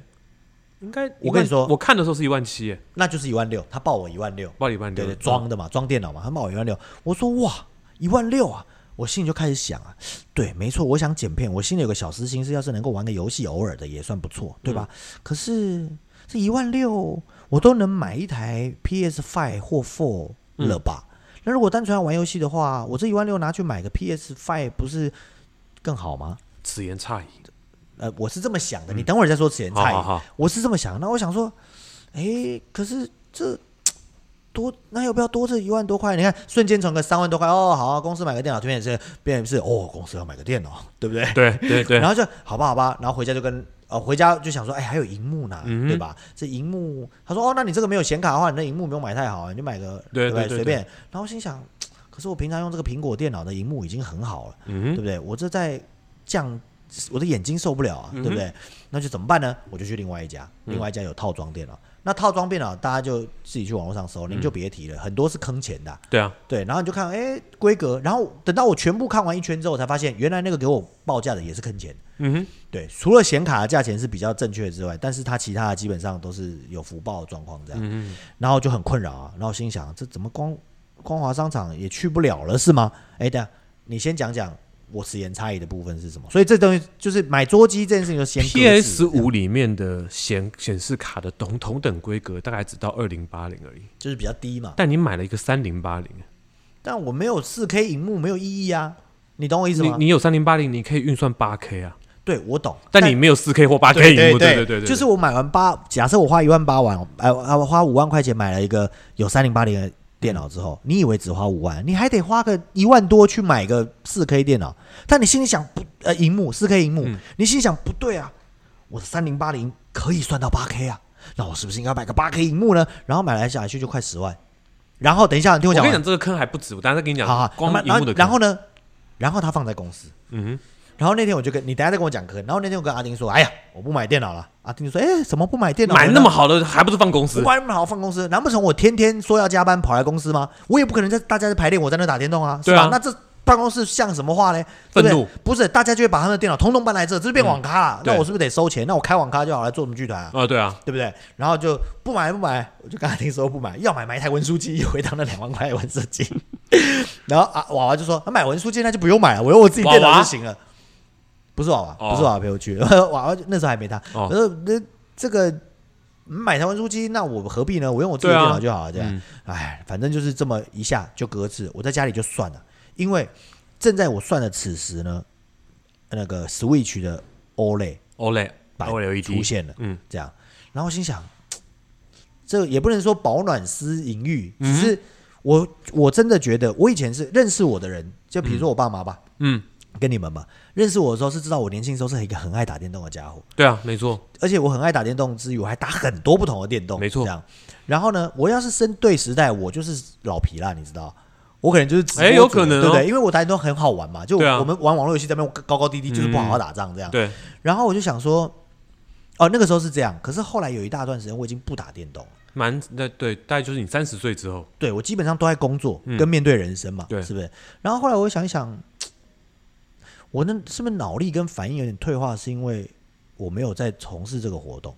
应该我跟你说我看的时候是一万七，那就是一万六，他报我一万六，八里半对对，装的嘛，装电脑嘛，他报我一万六，我说哇，一万六啊，我心里就开始想啊，对，没错，我想剪片，我心里有个小私心是，要是能够玩个游戏，偶尔的也算不错，对吧？可是这一万六，我都能买一台 PS Five 或 Four 了吧？那如果单纯要玩游戏的话，我这一万六拿去买个 PS Five 不是更好吗？此言差矣，呃，我是这么想的，你等会儿再说此言嗯好差好矣。好，我是这么想，那我想说，哎，可是这多，那要不要多这一万多块？你看，瞬间从个三万多块，哦，好啊、公司买个电脑，突然也是变成是，哦，公司要买个电脑，对不对？对对对，然后就好吧，好吧，然后回家就跟呃回家就想说，哎，还有荧幕呢，嗯哼对吧？这荧幕，他说哦，那你这个没有显卡的话，你那荧幕不用买太好，你就买个对不对对对随便。然后我心想，可是我平常用这个苹果电脑的荧幕已经很好了，对嗯不对？我这在降我的眼睛受不了啊，嗯对不对？那就怎么办呢？我就去另外一家，另外一家有套装电脑。那套装电脑大家就自己去网络上嗯搜，您就别提了，很多是坑钱的啊、哼，对啊，对，然后你就看，哎，规格，然后等到我全部看完一圈之后，我才发现原来那个给我报价的也是坑钱。嗯哼，对，除了显卡的价钱是比较正确之外，但是它其他的基本上都是有福报的状况这样，嗯然后就很困扰啊。然后我心想，这怎么光光华商场也去不了了是吗？哎，等一下你先讲讲我时言差异的部分是什么。所以这东西就是买桌机这件事情 *laughs* 就先搁置 PS 五里面的显显示卡的同同等规格大概只到二零八零而已，就是比较低嘛，但你买了一个三零八零，但我没有四 K 荧幕没有意义啊，你懂我意思你吗？你有三零八零，你可以运算八 K 啊，对我懂，但你没有四 K 或八 K 对屏幕，对对对对，就是我买完八，假设我花一万八万，哎、呃，我花五万块钱买了一个有三零八零的电脑之后，你以为只花五万，你还得花个一万多去买个四 K 电脑，但你心里想不，呃，荧幕四 K 荧嗯幕，你心里想不对啊，我的三零八零可以算到八 K 啊，那我是不是应该买个八 K 荧幕呢？然后买来下来去就快十万，然后等一下你听我我讲跟完，你讲，这个坑还不止，我等下再跟你讲。好好，光然荧幕后的坑然后呢，然后他放在公司，嗯然后那天我就跟你等一下再跟我讲课，然后那天我跟阿丁说，哎呀，我不买电脑了。阿丁就说，哎，怎么不买哼，电脑了买呢？那么好的还不是放公不司？买那么好放公司，难不成我天天说要加班跑来公司吗？我也不可能在大家在排练，我在那打电动啊，是对吧？啊那这办公室像什么话呢？对不对愤怒嗯不是，大家就会把他们的电脑通通搬来这，这就变网咖了。对那我是不是得收钱？那我开网咖就好了，做什么剧团啊？啊，对啊，对不对？然后就不买不买，我就跟他听说不买，要买买一台文书机，回到那两万块的文书机。然后啊，娃娃就说：“啊、买文书机那就不用买了，我用我自己电娃脑娃就行了。”不是娃娃，哦不是娃娃陪我去，娃娃就那时候还没他。哦我说：“那这个嗯买台文书机，那我何必呢？我用我自对己的啊电脑就好了，对吧嗯？哎、反正就是这么一下就搁置，我在家里就算了。因为正在我算的此时呢，那个 Switch 的 E OLED ，OLED 版 OLED 出现了。嗯，这样。然后我心想，这也不能说保暖思淫欲，只是我我真的觉得，我以前是认识我的人，就比如说我爸妈吧，嗯，跟你们吧，认识我的时候是知道我年轻的时候是一个很爱打电动的家伙，对啊，没错，而且我很爱打电动之余，我还打很多不同的电动，没错这样。然后呢，我要是生对时代，我就是老皮啦，你知道。我可能就是直播哎主有可能哦对不对？因为我打电动很好玩嘛，就对啊嗯我们玩网络游戏在那边高高低低，就是不好好打仗这样。对，然后我就想说，哦，那个时候是这样，可是后来有一大段时间我已经不打电动了，蛮那对，大概就是你三十岁之后，对我基本上都在工作嗯跟面对人生嘛，对是不是？然后后来我想一想，我那是不是脑力跟反应有点退化，是因为我没有在从事这个活动，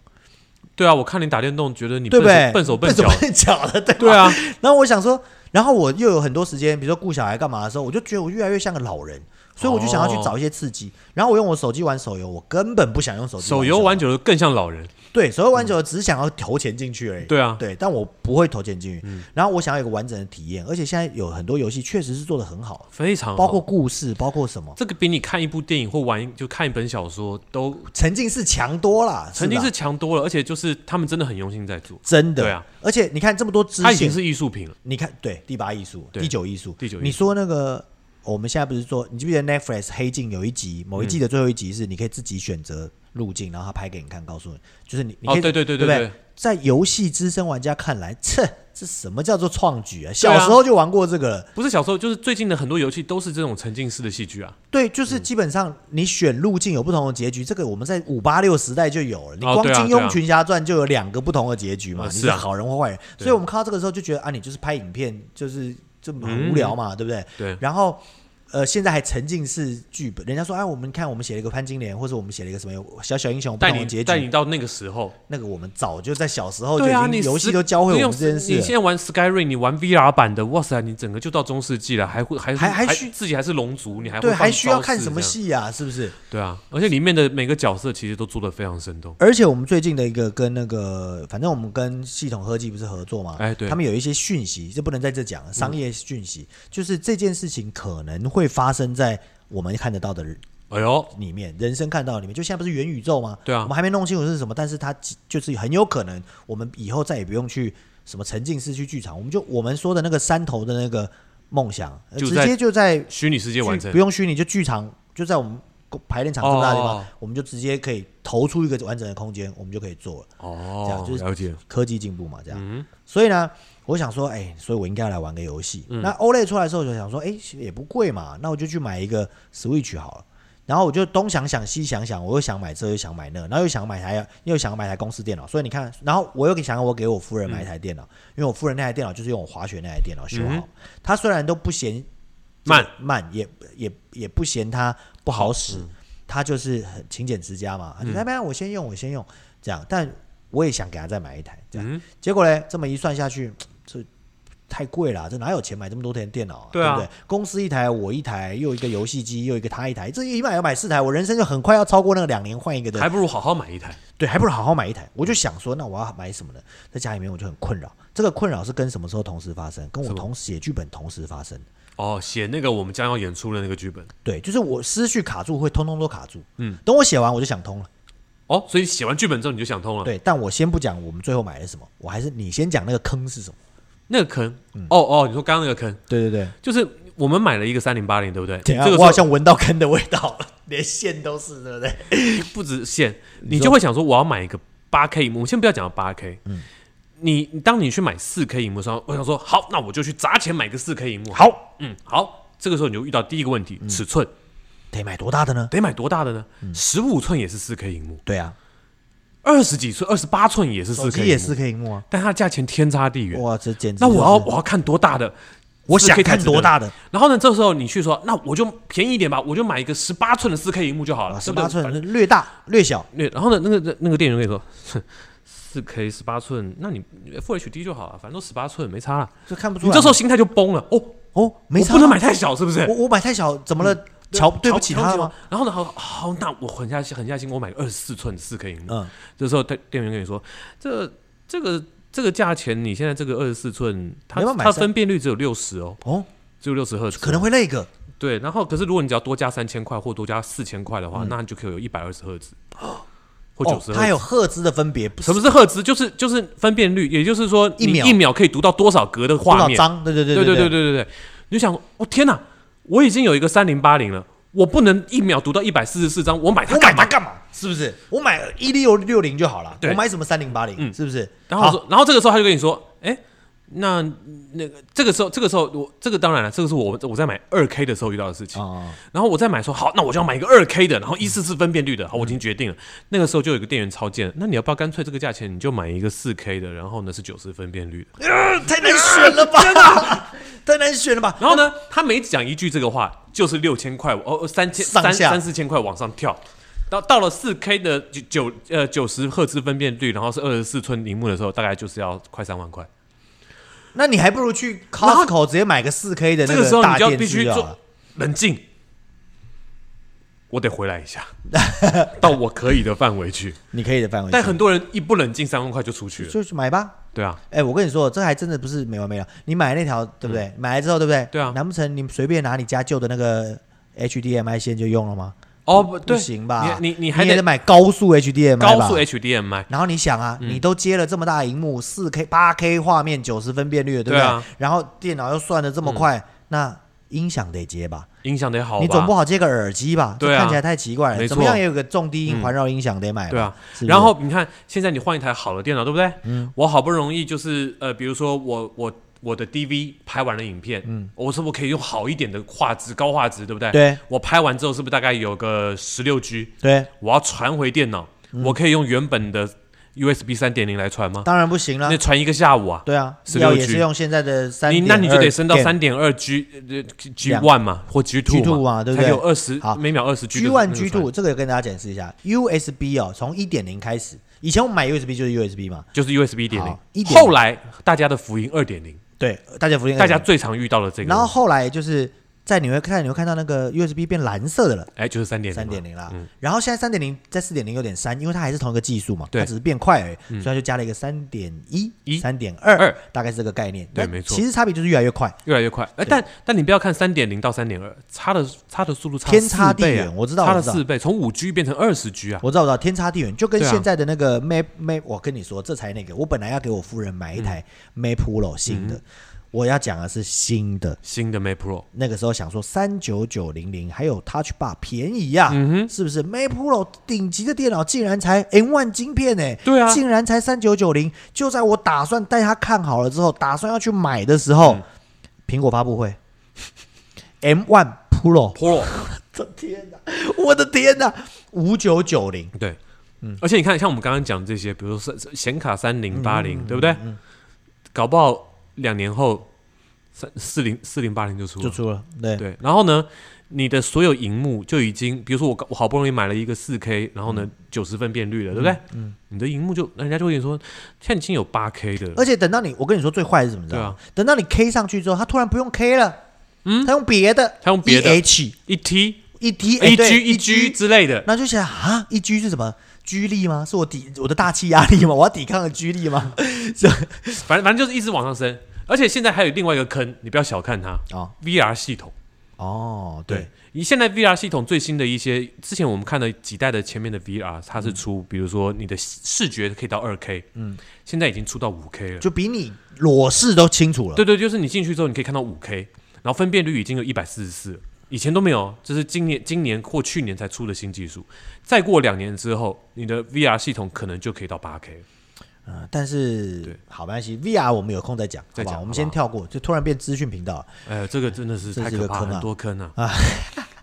对啊，我看你打电动，觉得你对笨不对？手笨手笨笨脚，笨脚的，对吧对。啊，然后我想说，然后我又有很多时间，比如说顾小孩干嘛的时候，我就觉得我越来越像个老人，所以我就想要去哦找一些刺激。然后我用我手机玩手游，我根本不想用手机手游玩久了更像老人，对，手游玩久了只想要投钱进去而已。对啊，嗯对，但我不会投钱进去。然后我想要有一个完整的体验，而且现在有很多游戏确实是做的很好，非常好包括故事，包括什么，这个比你看一部电影或玩一就看一本小说都沉浸式强多啦，曾经吧是强多了，而且就是他们真的很用心在做，真的。对啊，而且你看这么多资它已经讯，是艺术品了，你看对第八艺术、对第九艺术、第九艺术你说那个。我们现在不是做，你记不记得 Netflix 黑镜有一集，某嗯一季的最后一集是你可以自己选择路径，然后他拍给你看，告诉你，就是你，你哦可以，对对对对对不对，在游戏资深玩家看来，这这什么叫做创举啊？对啊小时候就玩过这个了，不是小时候，就是最近的很多游戏都是这种沉浸式的戏剧啊，对，就是基本上你选路径有不同的结局，这个我们在五八六时代就有了。你哦光《对啊金对庸啊群侠传》就有两个不同的结局嘛，呃你是是啊好人或坏人。所以我们看到这个时候就觉得啊，你就是拍影片，就是这么很无聊嘛，对不对？嗯对，然后呃，现在还沉浸式剧本，人家说哎、我们看我们写了一个潘金莲，或者我们写了一个什么小小英雄有不带同的你结带局，你到那个时候，那个我们早就在小时候就对啊，哦已你经游戏十都教会我你们用这件事你了现。在玩 Skyrim，你玩 VR 版的，哇塞，你整个就到中世纪了，还会还还还还需自己还是龙族，你还会对，放还需要招式看什么这样？戏啊？是不是？对啊，而且里面的每个角色其实都做的非常生动。而且我们最近的一个跟那个，反正我们跟系统科技不是合作嘛，哎对他们有一些讯息，这不能在这讲，商业讯息、就是这件事情可能会发生在我们看得到的人哎呦，里面，人生看到的里面，就现在不是元宇宙吗？对啊我们还没弄清楚是什么，但是它即就是很有可能，我们以后再也不用去什么沉浸式去剧场，我们就我们说的那个山头的那个梦想，呃就直在接就在虚拟世界完剧成不，用虚拟，就剧场就在我们排练场这么大的地方，哦我们就直接可以投出一个完整的空间，我们就可以做了。这哦样，就是了解，科技进步嘛，这样。嗯所以呢，我想说，哎、所以我应该来玩个游戏。嗯那 OLED 出来的时候，我就想说，哎、也不贵嘛，那我就去买一个 Switch 好了。然后我就东想想西想想，我又想买这又想买那，然后又想买台又想买台公司电脑，所以你看，然后我又想我给我夫人买一台电脑，因为我夫人那台电脑就是用我滑雪那台电脑修好，嗯哼他虽然都不嫌慢慢，也也也不嫌它不好使，嗯他就是很勤俭持家嘛，他就哎、嗯，我先用我先用这样，但我也想给他再买一台这样，嗯，结果嘞，这么一算下去，这太贵了啊、这哪有钱买这么多台电脑啊？对啊不对？公司一台，我一台，又一个游戏机，又一个他一台，这一买要买四台，我人生就很快要超过那个两年换一个的还不如好好买一台，对，还不如好好买一台。我就想说，那我要买什么呢？在家里面我就很困扰，这个困扰是跟什么时候同时发生？跟我什么同时写剧本同时发生。哦，写那个我们将要演出的那个剧本，对，就是我思绪卡住，会通通都卡住。嗯，等我写完我就想通了。哦，所以写完剧本之后你就想通了，对，但我先不讲我们最后买了什么，我还是你先讲那个坑是什么。那个坑，嗯哦哦，你说刚刚那个坑，对对对，就是我们买了一个三零八零，对不对？等一下这个啊我好时像闻到坑的味道了，连线都是，对不对？候不止线，你你说就会想说我要买一个八 K 荧幕，我们先不要讲八 K，嗯。你你当你去买四 K 荧幕的时候，我想说好，那我就去砸钱买个四 K 荧幕。，好，嗯嗯，好，这个时候你就遇到第一个问题，尺寸得买多大的呢？得买多大的呢？嗯十五寸也是四 K 荧幕，对啊，二十几寸、二十八寸也是手四 K，机也是，可以摸啊。但它的价钱天差地远。哇，这简直那就是！我要我要看多大的，我 4K 想看才值得多大的然后呢，这时候你去说，那我就便宜一点吧，我就买一个十八寸的四 K 荧幕就好了，啊？十对不对八寸略大略小，对，然后呢，那个那个店员跟你说，四 K 十八寸，那你 Full HD 就好了，反正都十八寸没差了。就看不出你来。这时候心态就崩了，哦，哦，没我差啊，不能买太小，是不 *laughs* 是？我我买太小，怎么了？瞧，对不起瞧他吗吗？？然后呢，好好，那我狠下心，狠下心，我买个二十四寸四 K 荧幕。嗯，这时候店店员跟你说，这这个这个价钱，你现在这个二十四寸，它没办法买它三分辨率只有六十哦，哦，只有六十赫兹，可能会那个对，然后可是如果你只要多加三千块或多加四千块的话，那你就可以有一百二十赫兹或九嗯哦十，它赫兹。有赫兹的分别，不什是么是赫兹？就是就是分辨率，也就是说一你秒一秒可以读到多少格的多画少面。张？对对对对对对对对对，你就想，哦天哪，我已经有一个三零八零了，我不能一秒读到一百四十四张，我买它我买干它嘛？干嘛？是不是？我买一六六零就好了，对嗯我买什么三零八零？是不是？然后我好说，然后这个时候他就跟你说，哎，那那个这个时候这个时候我这个当然了，这个是我我在买二 K 的时候遇到的事情。哦，然后我再买说好，那我就要买一个二 K 的，然后一四四分辨率的，好，我已经决定了。那个时候就有一个店员超贱，那你要不要干脆这个价钱你就买一个四 K 的，然后呢是九十分辨率的。呃太难选了啊吧？ *laughs* 太难选了吧？然后呢，他每讲一句这个话，就是六千块哦，三千上三下三四千块往上跳。到到了四 K 的九九呃九十赫兹分辨率，然后是二十四寸荧幕的时候，大概就是要快三万块。那你还不如去后 Costco 直接买个四 K 的这那个时候你大就要电必视须就好做了。冷静，我得回来一下， *laughs* 到我可以的范围去。你可以的范围之内，但很多人一不冷静，三万块就出去了。就去买吧。对啊，哎、我跟你说，这还真的不是没完没了。你买那条对不对？买来之后对不对？嗯对啊难不成你随便拿你家旧的那个 HDMI 线就用了吗？哦不不对，行吧？你你你你还也得得买高速 HDMI 吧高速 HDMI，然后你想嗯啊，你都接了这么大的荧幕，四 K、八 K 画面，九十分辨率，对不对？对啊然后电脑又算的这么快，那音响得接吧？音响得好吧？你总不好接个耳机吧？对啊这看起来太奇怪了。没怎么错样也有个重低音环绕音响得买吧、对啊是不是然后你看，现在你换一台好的电脑，对不对？嗯，我好不容易就是呃，比如说我我我的 DV 拍完了影片，嗯，我是不是可以用好一点的画质、高画质，对不对？对，我拍完之后是不是大概有个十六 G？对，我要传回电脑，嗯我可以用原本的 USB 三点零来传吗？当然不行了那。传一个下午啊，对啊， 16要也是 G 用现在的三，你那你就得升到三点二 G 呃 G 两 one 嘛，或 G two G2 嘛对不对才有二十好每秒二十 G G 的 one 那个 G 传 two 这个跟大家解释一下，USB 哦，从一点零开始，以前我们买 USB 就是 USB 嘛，就是 USB 一点好零， 1.0后来大家的福音二点零，对，大家福音，大家，最常遇到的这个，嗯然后后来就是在你会看你会看到那个 USB 变蓝色的了。哎就是三点零，三点零啦，嗯然后现在三点零在四点零有点删，因为它还是同一个技术嘛，对嗯它只是变快而已，所以它就加了一个三点一、一三点二二，大概是这个概念。对那没错其实差别就是越来越快，越来越快。哎，但但你不要看三点零到三点二，差的差的速度差了天差四倍啊地远我知道差了我知道四倍，从五 G 变成二十 G 啊，我知道，我知道，天差地远，就跟对啊现在的那个嗯 Map Map，我跟你说，这才那个，我本来要给我夫人买一台 Map Pro 新的，我要讲的是新的，新的 Mac Pro，那个时候想说三九九零零还有 Touch Bar 便宜呀、嗯是不是？Mac Pro 顶级的电脑竟然才 N 1晶片呢、对啊竟然才三九九零。就在我打算带他看好了之后，打算要去买的时嗯候，苹果发布会 M 1 Pro， *laughs* Pro，我的天哪，我的天哪，五九九零，对，嗯而且你看，像我们刚刚讲这些，比如说是显卡三零八嗯零，对不对？搞不好两年后三四零四零八零就出就了，出了，对，对，然后呢，你的所有荧幕就已经，比如说我搞我好不容易买了一个四 K，然后嗯呢九十分辨率了，对不对？嗯，你的荧幕就人家就会跟你说，现在已经有八 K 的了，而且等到你，我跟你说最坏是什么？你知道吗？啊等到你 K 上去之后，他突然不用 K 了，嗯，他用别的，他用别的 H 一 T 一 T 哎一对 G 一 G 之类的，那就想啊，一 G 是什么？居力吗？是我抵我的大气压力吗？我要抵抗的居力吗？ *laughs* 是反正反正就是一直往上升。而且现在还有另外一个坑，你不要小看它哦 VR 系统。哦，对，，以现在 VR 系统最新的一些，之前我们看了几代的前面的 VR，它是出，嗯比如说你的视觉可以到二 K，嗯，现在已经出到五 K 了。就比你裸视都清楚了。对对，就是你进去之后，你可以看到五 K，然后分辨率已经有一百四十四，以前都没有，这是今年今年或去年才出的新技术。再过两年之后，你的 VR 系统可能就可以到八 K。嗯但是对好，没关系，VR 我们有空再讲，再好吧？讲我好们先不好跳过，就突然变资讯频道了。哎，这个真的是这太是可个怕，坑啊嗯很多坑啊！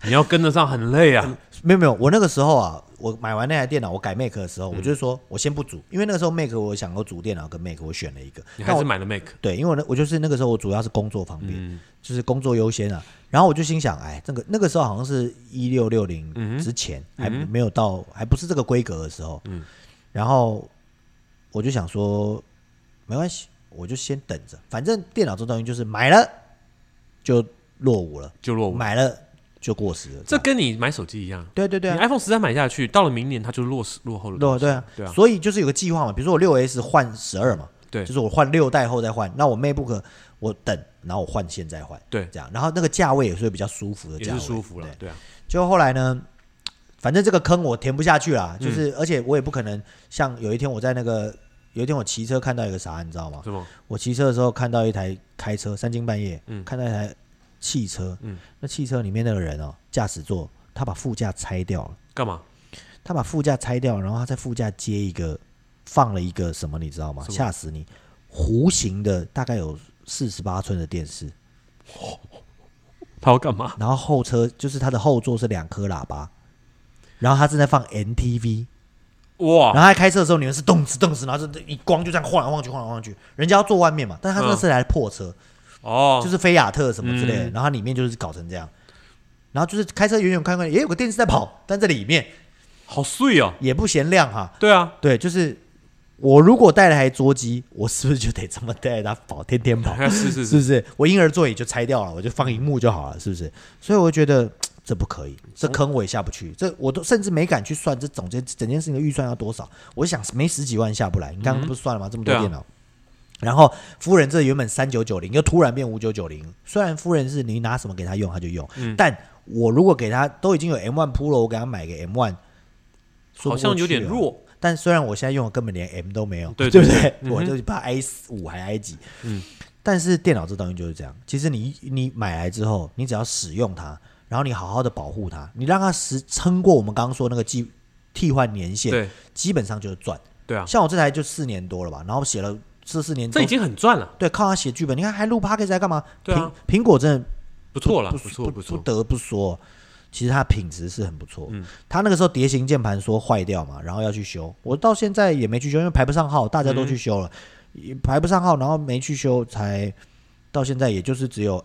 你要跟得上很累啊。没有没有，我那个时候啊，我买完那台电脑，我改 Mac 的时候，我嗯就说我先不组，因为那个时候 Mac 我想要组电脑跟 Mac，我选了一个，你但还我是买了 Mac，对，因为我那我就是那个时候我主要是工作方便，嗯就是工作优先啊。然后我就心想，哎，这个那个时候好像是一六六零之前，还没有到，还不是这个规格的时候。嗯然后我就想说，没关系，我就先等着，反正电脑这东西就是买了就落伍了，就落伍。买了就过时了。这跟你买手机一样，对对对你啊， iPhone 十三买下去，到了明年它就落落后了。对对啊，对啊所以就是有个计划嘛，比如说我六 S 换十二嘛，对就是我换六代后再换，那我 MacBook 我等，然后我换现在换，对这样，然后那个价位也是比较舒服的也价位，是舒服了对对。啊，就后来呢，反正这个坑我填不下去啦，就是、而且我也不可能像有一天我在那个有一天我骑车看到一个啥，你知道吗？是吗？我骑车的时候看到一台开车，三更半夜，嗯看到一台汽车，嗯那汽车里面那个人哦，驾驶座他把副驾拆掉了。干嘛？他把副驾拆掉，然后他在副驾接一个放了一个什么，你知道吗？什么吓死你！弧形的，大概有四十八寸的电视，他要干嘛？然后后车就是它的后座是两颗喇叭，然后他正在放 NTV，然哇！后他开车的时候，你们是动次动次，然后就一光就这样晃来晃去，晃来晃去。人家要坐外面嘛，但是他这是台破车，哦，就是菲亚特什么之类的，嗯然后它里面就是搞成这样，然后就是开车远远看看，也有个电视在跑，但这里面好碎哦。也不嫌亮哈。对啊，对，就是我如果带了台桌机，我是不是就得这么带着它跑，天天 *laughs* 跑？是 *laughs* 是是是，不是？我婴儿座椅就拆掉了，我就放荧幕就好了，是不是？所以我觉得这不可以，这坑我也下不嗯去，这我都甚至没敢去算这总件整件事情的预算要多少。我想没十几万下不来，你刚刚不是算了吗？这么多对啊电脑。然后夫人这原本三九九零，又突然变五九九零。虽然夫人是你拿什么给他用，他就用，嗯但我如果给他都已经有 M One Pro，我给他买个 M One，好像有啊点弱。但虽然我现在用的根本连 M 都没有，对不对对？对我就怕 i 五还 i 几，嗯。但是电脑这东西就是这样，其实你你买来之后，你只要使用它，然后你好好的保护它，你让它时撑过我们刚刚说那个替替换年限，对基本上就是赚。对啊，像我这台就四年多了吧，然后写了这四年都，这已经很赚了，对靠它写剧本，你看还录 p o d c a s 干嘛？对啊苹苹果真的不错了，不不错不错嗯不。得不说，其实它品质是很不错。它那个时候碟形键盘说坏掉嘛，然后要去修，我到现在也没去修，因为排不上号，大家都去修了，也排不上号，然后没去修，才到现在也就是只有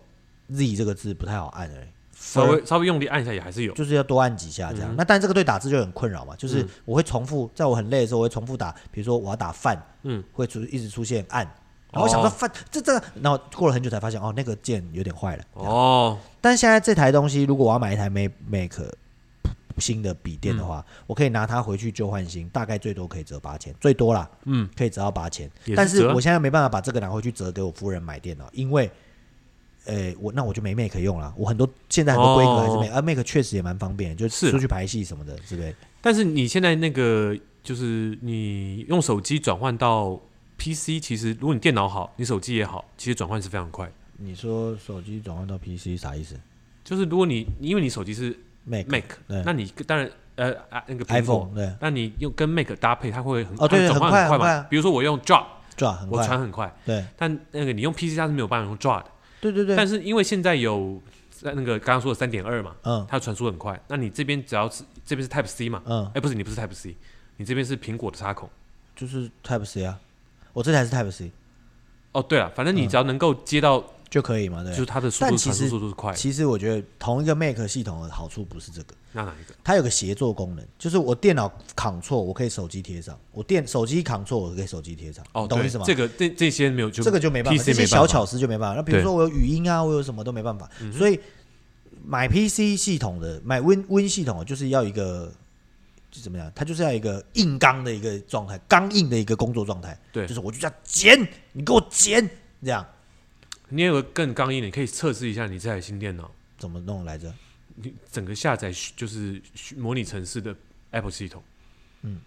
Z 这个字不太好按而已。稍微嗯稍微用力按一下也还是有，就是要多按几下这样。那但这个对打字就很困扰嘛，就是嗯我会重复，在我很累的时候，我会重复打，比如说我要打饭，嗯，哦会出一直出现按，然后我想说饭、这这，然后过了很久才发现哦，那个键有点坏了。哦，但现在这台东西，如果我要买一台 Mac Mac 新的笔电的话，嗯我可以拿它回去旧换新，大概最多可以折八千，最多啦，嗯，可以折到八千。也是但是折啊我现在没办法把这个拿回去折给我夫人买电脑，因为，呃，我那我就没 Mac 用了。我很多现在很多规格还是 Mac，、而啊 Mac 确实也蛮方便，就是是哦啊出去排戏什么的，对不对？但是你现在那个就是你用手机转换到 PC 其实，如果你电脑好，你手机也好，其实转换是非常快。你说手机转换到 PC 啥意思就是如果你因为你手机是？Mac Mac，对那你当然呃啊那个苹果 iPhone 对，那你用跟 Mac 搭配，它会很哦对它转换很快快很快嘛啊。比如说我用 Drop，转很我快，传很快，对但那个你用 PC 它是没有办法用 Drop 的。对对对，但是因为现在有在那个刚刚说的三点二嘛，嗯它的传输很快，那你这边只要是这边是 Type C 嘛，嗯哎、，不是你不是 Type C，你这边是苹果的插孔。就是 Type C 啊，我这台是 Type C 哦，对了，反正你只要能够接到，就可以嘛，嗯对就。是它的速但度其传输实速度是快的，其实我觉得同一个 Mac 系统的好处不是这个，那哪一个？它有个协作功能，就是我电脑扛错，我可以手机贴上；我电手机扛错，我可以手机贴上。哦，你懂我对意思吗？这个这这些没有，就这个就没办法， PC 这没些办法小巧思就没办法。那比如对嗯说我有语音啊，我有什么都没办法，所以买 PC 系统的买 Win Win 系统就是要一个。就怎么样？它就是要一个硬刚的一个状态，刚硬的一个工作状态。对就是我就要剪，你给我剪，这样你有个更刚硬的，你可以测试一下你这台新电脑，怎么弄来着？你整个下载就是模拟城市的 Apple 系统，嗯，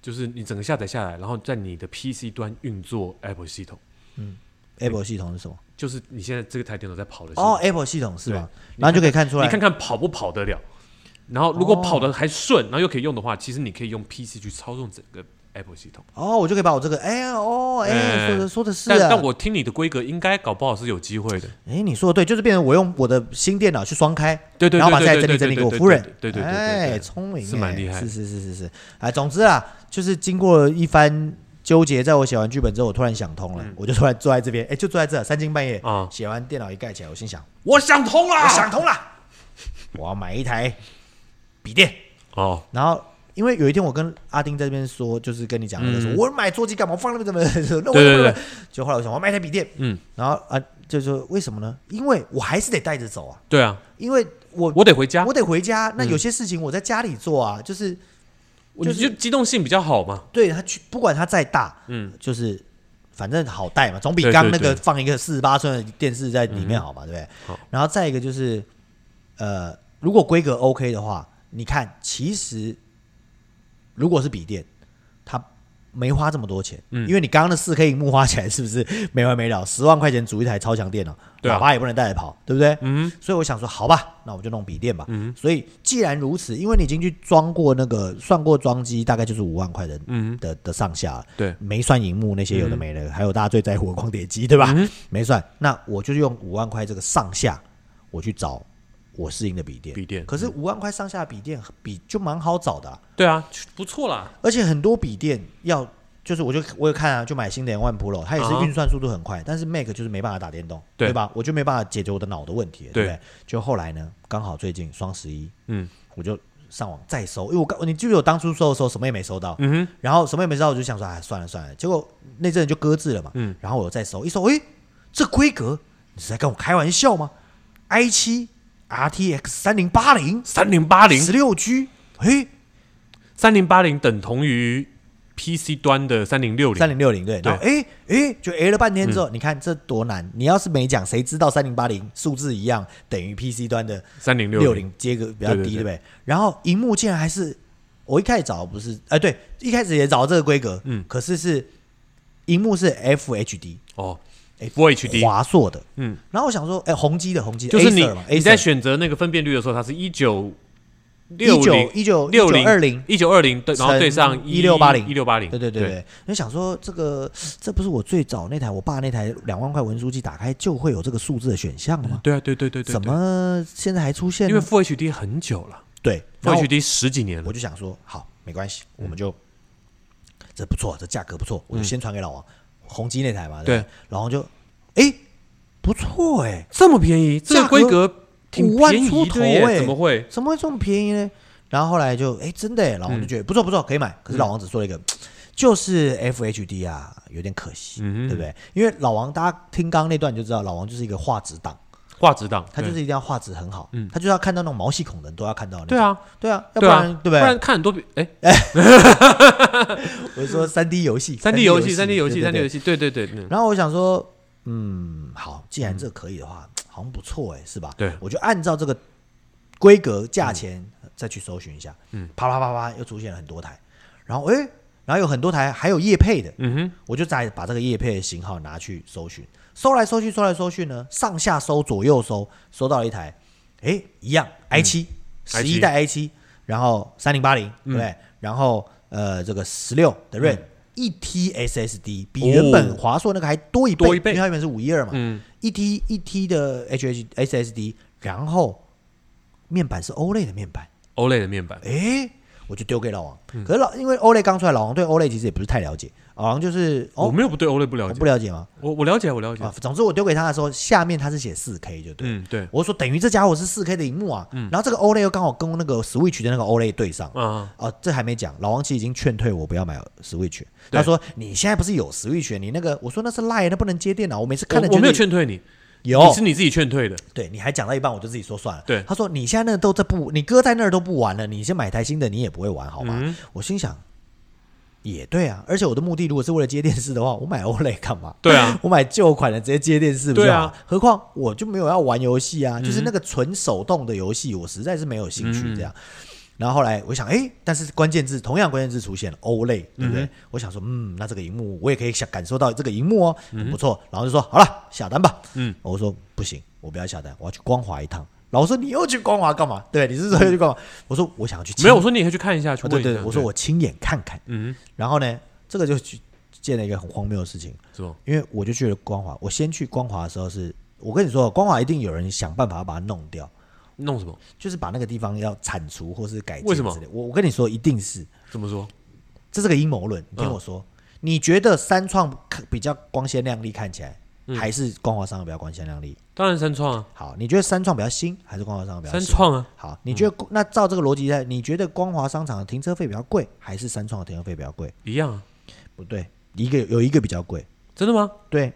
就是你整个下载下来，然后在你的 PC 端运作 Apple 系统， Apple 系统是什么？就是你现在这个台电脑在跑的系统哦，Apple 系统是吧？然后就可以看出来，你看看跑不跑得了。然后如果跑得还顺，然后又可以用的话，其实你可以用 PC 去操纵整个 Apple 系统。哦，我就可以把我这个，哎呀，哦，哎，哎说的说的是但啊，但我听你的规格，应该搞不好是有机会的。哎，你说的对，就是变成我用我的新电脑去双开，对对对然后把这台对整对理整理对给我对夫人，对对对对对哎，对聪明哎，是蛮厉害是的是是是是，哎，总之啊，就是经过一番纠结，在我写完剧本之后，我突然想通了，我就突然坐在这边，哎，就坐在这三更半夜嗯啊写完电脑一盖起来，我心想，我想通了我想 *laughs* 通了，我要买一台笔电，哦，然后。因为有一天我跟阿丁在这边说，就是跟你讲那个说，我买桌机干嘛？我放那边怎么？ *laughs* 那我嗯对对对就后来我想，我要买一台笔电，嗯，然后啊，就说为什么呢？因为我还是得带着走啊，对啊，因为我我得啊嗯回家我，得回家。那有些事情我在家里做啊，就是我就就是机动性比较好嘛。对他去，不管他再大，嗯，就是反正好带嘛，总比对对刚那对个嗯放一个四十八寸的电视在里面好嘛，对不对？好然后再一个就是，呃，如果规格 OK 的话，你看，其实如果是笔电，它没花这么多钱，嗯因为你刚刚的四 K 荧幕花起来是不是没完没了？十万块钱组一台超强电脑，对啊喇叭也不能带来跑，对不对？嗯，所以我想说，好吧，那我就弄笔电吧。嗯，所以既然如此，因为你已经去装过那个算过装机，大概就是五万块的，嗯的的上下了。对没算荧幕那些有的没的，还有大家最在乎的光碟机，对吧？嗯没算，那我就用五万块这个上下，我去找我适应的笔电。笔电嗯可是五万块上下的笔电比就蛮好找的啊、对啊，不错啦。而且很多笔电要就是我就我有看啊，就买新的 One Pro，它也是啊运算速度很快，但是 Mac 就是没办法打电动，对吧？我就没办法解决我的脑的问题了，对不对对？就后来呢，刚好最近双十一，嗯我就上网再搜，因为我刚你记不记得我当初搜的时候什么也没搜到，嗯哼，然后什么也没搜到，我就想说哎算了算了，结果那阵就搁置了嘛，嗯然后我又再搜一搜，诶，这规格你是在跟我开玩笑吗？i 七 RTX 三零八零三零八零，十六 G，诶。三零八零等同于 PC 端的三零六三零。零六零对，对嗯然后哎哎，就 A 了半天之后，你看这多难！你要是没讲，谁知道三零八零数字一样等于 PC 端的三零哎六六，零接个比较对对低，对对不对？然后荧幕竟然还是我一开始找的不是，哎对，一开始也找这个规格，嗯嗯，可是是荧幕是 FHD 哦哎，Full HD，华硕的，嗯，然后我想说，哎，宏基的宏基的就是你 Acer 嘛你在 Acer 选择那个分辨率的时候，它是一九六零19 19六零1920一九二零对，然后对上乘1680一六八零，对对对对，就想说这个这不是我最早那台我爸那台两万块文书机打开就会有这个数字的选项了吗？对啊对对对对，对怎？么现在还出现因呢？为 Full HD 很久了对，然，Full 后 HD 十几年了我，就想说，好，没关系，我们就、这不错，这价格不错，我就先传给老王，宏基那台嘛，对嗯对吧，老王就，哎，不错哎、这么便宜，这价个格规格挺五万便出宜头的耶，哎怎么会？怎么会这么便宜呢？然后后来就，哎，真的耶，老王嗯就觉得、不错不错，可以买。可是老王只说了一个，就是 FHD 啊，有点可惜，嗯哼对不对？因为老王，大家听刚刚那段就知道，老王就是一个画质党，画质档，他就对是一定要画质很好，嗯他就是要看到那种毛细孔的人都要看到那种。对啊，对啊，要不对啊然，对不不对？然看很多比哎，我是说三 D 游戏，三 D 游戏，三 D 游戏，三 D 游戏。戏，对对对，嗯然后我想说，嗯，好，既然这可以的话，好像不错哎，是吧？对我就按照这个规格价钱再去搜寻一下，嗯，啪啪啪啪，又出现了很多台，然后哎，然后有很多台还有业配的，嗯哼，我就再把这个业配的型号拿去搜寻，搜来搜去，搜来搜去呢，上下搜，左右搜，搜到了一台，诶，一样嗯 i 七十一 i7 代 i 七，然后三零八零，嗯对不对？然后呃，这个十六的 RAM，一 T SSD 比原本哦华硕那个还多一倍，多一倍因为它原本是五一二嘛，嗯，一 T 一 T 的 HH SSD，然后面板是 OLED 的面板。 o l a y 的面板，诶，我就丢给老王。嗯可是老因为 OLED 刚出来，老王对 OLED 其实也不是太了解，老王就是我哦，没有不对 o l a y 不我了解不，了解吗？我我了解，我了解啊，，总之我丢给他的时候，下面他是写四 K 就对。嗯，对，嗯我说等于这家伙是四 K 的荧幕啊，然后这个 OLED 又刚好跟那个 Switch 的那个 OLED 对上。啊，哦，这还没讲，老王其实已经劝退我不要买 Switch。对他说：“你现在不是有 Switch，你那个……我说那是 Line，那不能接电脑。我每次我看了我没有觉得劝退你，有你是你自己劝退的，对，你还讲到一半，我就自己说算了。对他说你现在那都这不，你搁在那儿都不玩了，你先买台新的，你也不会玩好吗？嗯我心想，也对啊，而且我的目的如果是为了接电视的话，我 *laughs* 买 OLED 干嘛？对啊， *laughs* 我买旧款的直接接电视不就对好啊嗯了？何况我就没有要玩游戏啊，就是那个纯手动的游戏，我实在是没有兴趣这样。然后后来我想，哎，但是关键字同样关键字出现了 OLED，对不对？我想说，嗯，那这个荧幕我也可以想感受到这个荧幕哦，很不错。然后就说好了，下单吧。嗯，我说不行，我不要下单，我要去光华一趟。老师说你又去光华干嘛？对，你是说又去干嘛？我说我想要去亲没有，我说你也可以去看一下，去啊问对一下，对，我说我亲眼看看。嗯，然后呢，这个就去见了一个很荒谬的事情，是吗？因为我就去了光华。我先去光华的时候是，我跟你说，光华一定有人想办法把它弄掉，弄什么？就是把那个地方要铲除或是改建为什么之类。我我跟你说，一定是怎么说？这是个阴谋论。你嗯听我说，你觉得三创看比较光鲜亮丽看起来，嗯还是光华商业比较光鲜亮丽？当然三创啊，好，你觉得三创比较新，还是光华商场比较三新？创啊，好，你觉得、那照这个逻辑在，你觉得光华商场的停车费比较贵，还是三创的停车费比较贵？一样啊，不对，一个有一个比较贵。真的吗？对，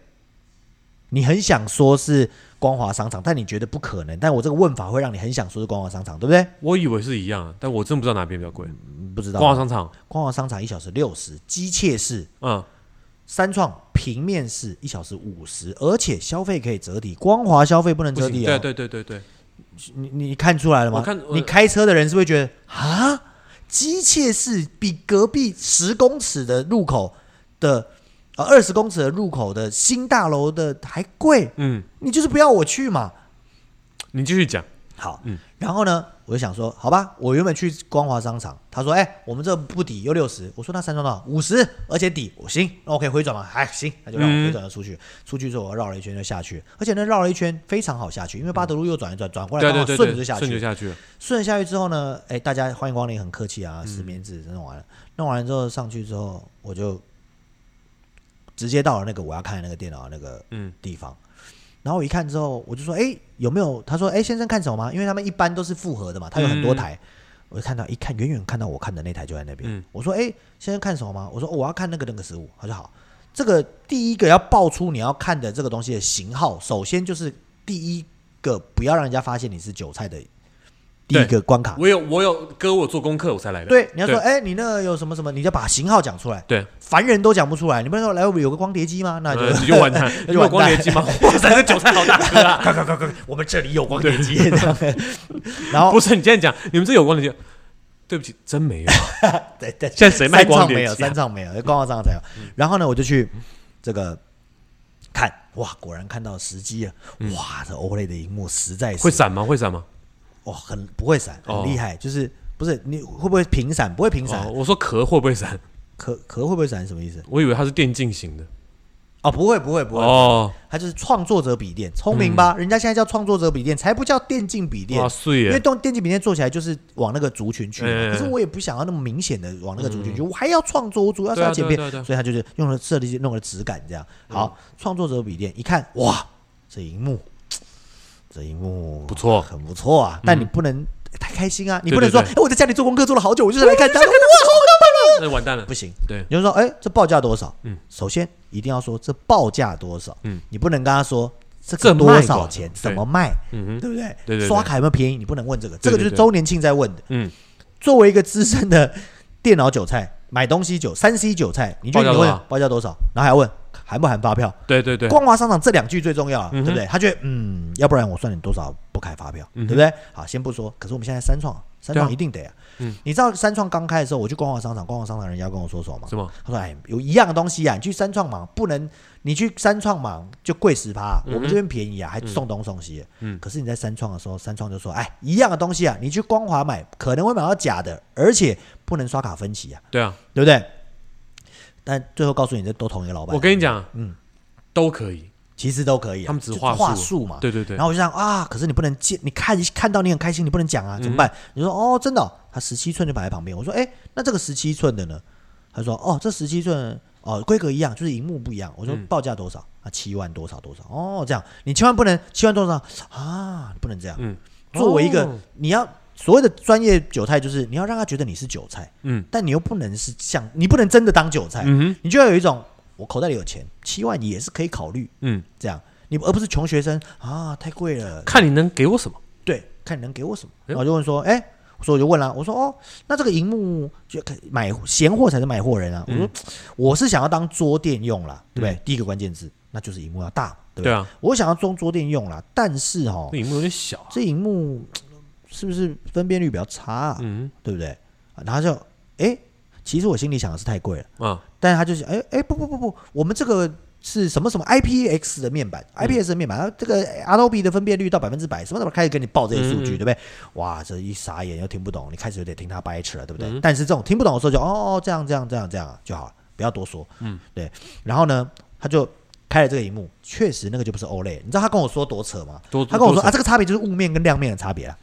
你很想说是光华商场，但你觉得不可能。但我这个问法会让你很想说是光华商场，对不对？我以为是一样啊，但我真不知道哪边比较贵。嗯不知道。光华商场，光华商场一小时六十，机械式嗯，三创平面式一小时五十，而且消费可以折抵，光华消费不能不折行，抵对哦。对对对对，你你看出来了吗？我看我你开车的人是不是觉得啊，机械式比隔壁十公尺的入口的呃二十公尺的入口的新大楼的还贵，嗯，你就是不要我去嘛。你继续讲，好，嗯然后呢，我就想说，好吧，我原本去光华商场，他说，哎、我们这不抵又六十，我说那三双多少？五十，而且抵，我行，那我可以回转吗？哎，行，那就让我嗯回转了出去。出去之后，我绕了一圈就下去，而且呢，绕了一圈非常好下去，因为巴德路右转一转，转过来对刚对好对顺着对，就下顺去着。下去了，顺着下去之后呢，哎，大家欢迎光临，很客气啊，嗯实名制弄完了，弄完了之后上去之后，我就直接到了那个我要看的那个电脑的那个嗯地方，然后我一看之后，我就说，哎，有没有？他说，哎，先生看什么吗？因为他们一般都是复合的嘛，他有很多嗯台。我就看到一看，远远看到我看的那台就在那边。嗯我说：“哎、先生看什么吗？”我说：“哦我要看那个那个十五。”他说：“好，这个第一个要爆出你要看的这个东西的型号，首先就是第一个不要让人家发现你是韭菜的第一个关卡。我有我有哥，我做功课我才来的。啊对，你要说，哎、你那个有什么什么，你就把型号讲出来。对，凡人都讲不出来，你不能说来我们有个光碟机吗？那就、呃你 *laughs* 就完 *laughs* 蛋，你那就有完蛋光碟机吗？哇塞，这韭菜好大哥 *laughs* 啊！快快快快，我们这里有光 *laughs* 碟机。这样然后不是，你这样讲，你们这有光碟机？对不起，真没有。啊对对，现在谁卖三光创碟没机啊嗯有，三创没有，光华商场才有。然后呢，我就去这个看，哇，果然看到时机了，哇，这 OLED 的荧幕实在 *laughs* 是嗯会闪吗？会闪吗？哇，很不会闪，很哦厉害，就是不是你会不会平闪？不会平闪哦，，我说壳会不会闪？壳壳会不会闪？什么意思？我以为它是电竞型的。哦，不会，不会，不会，哦，它就是创作者笔电，聪明吧？人家现在叫创作者笔电，才不叫电竞笔嗯电哇，。碎因为耶！动电竞笔电做起来就是往那个族群去嘛，嗯可是我也不想要那么明显的往那个族群去，我还要创作，我主要是要剪片对啊对啊对啊对，啊嗯所以他就是用了设计弄了质感这样。好，创作者笔电一看，哇，这荧幕，这荧幕不错嗯很不错啊，但你不能太开心啊，你不能对对对说，哎，我在家里做功课做了好久，我就是来看 *laughs* 它，哇，好棒那完蛋了不。行，对，你就说，哎，这报价多少？嗯，首先一定要说这报价多少，嗯，你不能跟他说这这个卖多多少少钱，对怎么卖，嗯哼，对不对？对对刷卡有没有便宜？你不能问这个，这对个就是对对周年庆在问的。嗯，作为一个资深的电脑韭菜，买东西韭三 C 韭菜，你觉报价得你多问少报价多少？然后还要问含不含发票？对对对，光华商场这两句最重要啊，嗯哼对不对？他觉得嗯，要不然我算你多少不开发票，对不对？好，先不说，可是我们现在三创，三创对啊一定得啊。嗯你知道三创刚开的时候，我去逛逛商场，逛逛商场，人家跟我说什么吗？什么？他说：“哎，有一样的东西啊，你去三创忙不能，你去三创忙就贵十趴，我们这边便宜啊，还送东送西。嗯可是你在三创的时候，三创就说：哎，一样的东西啊，你去光华买可能会买到假的，而且不能刷卡分期啊，对啊，对不对？但最后告诉你，这都同一个老板，我跟你讲，嗯，都可以，其实都可以啊、他们只就话术话术嘛，对对对然，后我就想啊，可是你不能见，你看看到你很开心，你不能讲嗯啊，怎么办？你说哦，真的哦、他十七寸就摆在旁边。我说哎、那这个十七寸的呢？他说哦，这十七寸哦，规格一样，就是荧幕不一样。我嗯说报价多少？啊，七万多少多少？哦，这样你千万不能七万多少啊，不能这样。嗯作为一个、哦你要所谓的专业韭菜，就是你要让他觉得你是韭菜，嗯但你又不能是像你不能真的当韭菜，嗯哼你就要有一种我口袋里有钱，七万也是可以考虑，嗯，这样，你而不是穷学生啊，太贵了。看你能给我什么。对，看你能给我什么。哎呦然后就问说，哎、所以我就问了，我说哦，那这个荧幕就可以买闲货才是买货人啊。嗯我说我是想要当桌垫用啦，对不对？第一个关键字，那就是荧幕要大，对不对对？啊，我想要装桌垫用啦，但是哈那，荧幕有点小啊。这荧幕是不是分辨率比较差、啊，嗯对不对？然后就哎、其实我心里想的是太贵了。啊，但是他就是哎哎不不不不，我们这个是什么什么 IPX 的面板，IPS 的面板，然后这个 Adobe 的分辨率到百分之百，什么什么开始跟你报这些数据，对不对？哇，这一傻眼又听不懂，你开始有点听他掰扯了，对不对？但是这种听不懂的时候就哦哦这样这样这样这样就好了，不要多说，嗯，对。然后呢，他就。开了这个荧幕，确实那个就不是 OLED。你知道他跟我说多扯吗？多他跟我多说扯啊，这个差别就是雾面跟亮面的差别啊，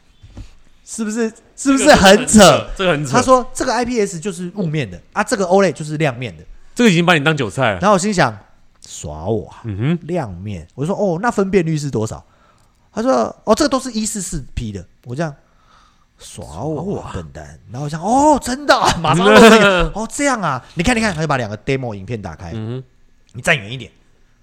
是不是？是这不是个很扯？？这个很扯。他说这个 IPS 就是雾面的啊，这个 OLED 就是亮面的。这个已经把你当韭菜了。然后我心想，哎耍我啊、嗯哼，亮面。我说哦，那分辨率是多少？他说哦，这个都是一四四 P 的。我这样耍我、啊、笨蛋。然后我想哦，真的啊、马上露这个哦，这样啊，你看你看，他就把两个 demo 影片打开，嗯哼，你站远一点，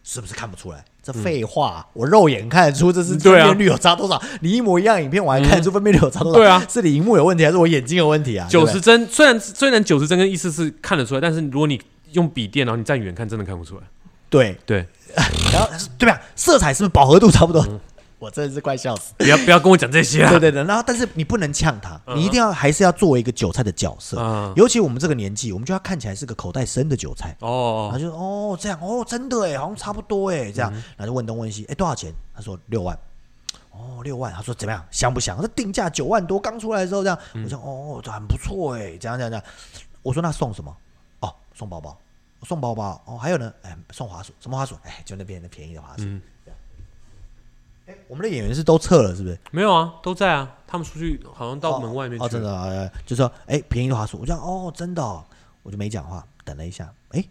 是不是看不出来？这废话啊、我肉眼看得出这是分对啊辨率有差多少。你一模一样影片，我还看得出分辨率有差多少？对啊是你荧幕有问题，还是我眼睛有问题啊？对九不对十帧虽然虽然九十帧跟一四四看得出来，但是如果你用笔电，然后你站远看，真的看不出来。对，对，然后对吧？色彩是不是饱和度差不多？我真的是快笑死。不要不要跟我讲这些 *laughs* 对啊。对对，然后但是你不能呛他，你一定要还是要作为一个韭菜的角色。嗯尤其我们这个年纪，我们就要看起来是个口袋深的韭菜。他 *laughs* 哦，嗯就哦这样哦真的哎，好像差不多哎这样，然后就问东问西，哎多少钱？他说六万。哦，六万，他说怎么样，香不香？这定价九万多，刚出来的时候这样，嗯我想哦，这很不错哎，这样这样这样。我说那送什么？哦，送包包，送包包哦，还有呢，哎，送滑鼠，什么滑鼠？哎，就那边的便宜的滑鼠。嗯这样哎，我们的演员是都撤了是不是？没有啊，都在啊。他们出去好像到门外面去哦了。哦，真的、啊，哎就说哎，便宜的滑鼠，我讲哦，真的哦、我就没讲话，等了一下，哎，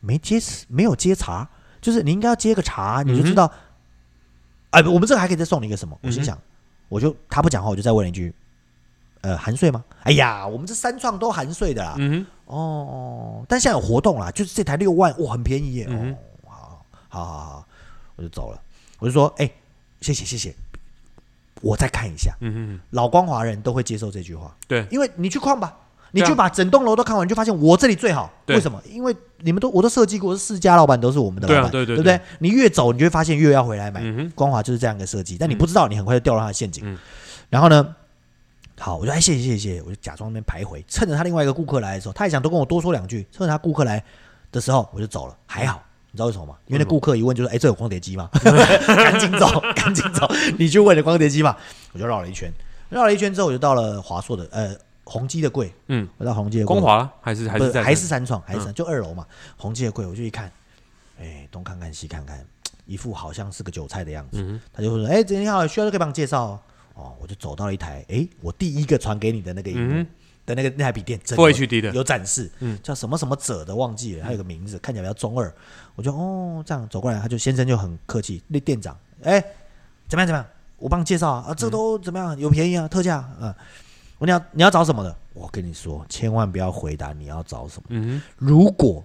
没接，没有接茬，就是你应该要接个茬，你就嗯知道，哎、不我们这个还可以再送你一个什么？我心想，我就他不讲话，我就再问了一句，呃，含税吗？哎呀，我们这三创都含税的啦，嗯哼，哦哦，但现在有活动啦，就是这台六万，哇，很便宜耶，嗯哦，好，好好好，我就走了，我就说，哎，谢谢谢谢，我再看一下。嗯哼，老光华人都会接受这句话，对，因为你去逛吧，你对啊去把整栋楼都看完，你就发现我这里最好。对为什么？因为你们都我都设计过，是四家老板都是我们的老板，对啊对对不对？你越走，你就会发现越要回来买。嗯哼，光华就是这样一个设计，但你不知道，你很快就掉入他的陷阱。嗯然后呢，好，我就哎谢谢谢谢谢谢，我就假装那边徘徊，趁着他另外一个顾客来的时候，他也想多跟我多说两句，趁着他顾客来的时候，我就走了，还好。你知道为什么吗？因为那顾客一问就说：“哎、这有光碟机吗？” *laughs* 赶紧走，赶紧走！你去问了光碟机吧。我就绕了一圈，绕了一圈之后，我就到了华硕的呃宏基的柜，嗯，我到宏基的柜光华还是还不是在嗯还是三创，还是三、就二楼嘛，宏基的柜，我就一看，哎，东看看西看看，一副好像是个韭菜的样子。嗯他就会说：“哎，姐你好，需要就可以帮你介绍哦。哦”我就走到了一台，哎，我第一个传给你的那个荧幕嗯的那个那台笔电，真 Full 有 HD 的有展示，叫什么什么者的忘记了，还有个名字，看起来比较中二。我就哦这样走过来，他就先生就很客气，那店长，哎，怎么样怎么样？我帮你介绍啊，啊这都怎么样？有便宜啊，特价啊。嗯我你要你要找什么的？我跟你说，千万不要回答你要找什么。嗯如果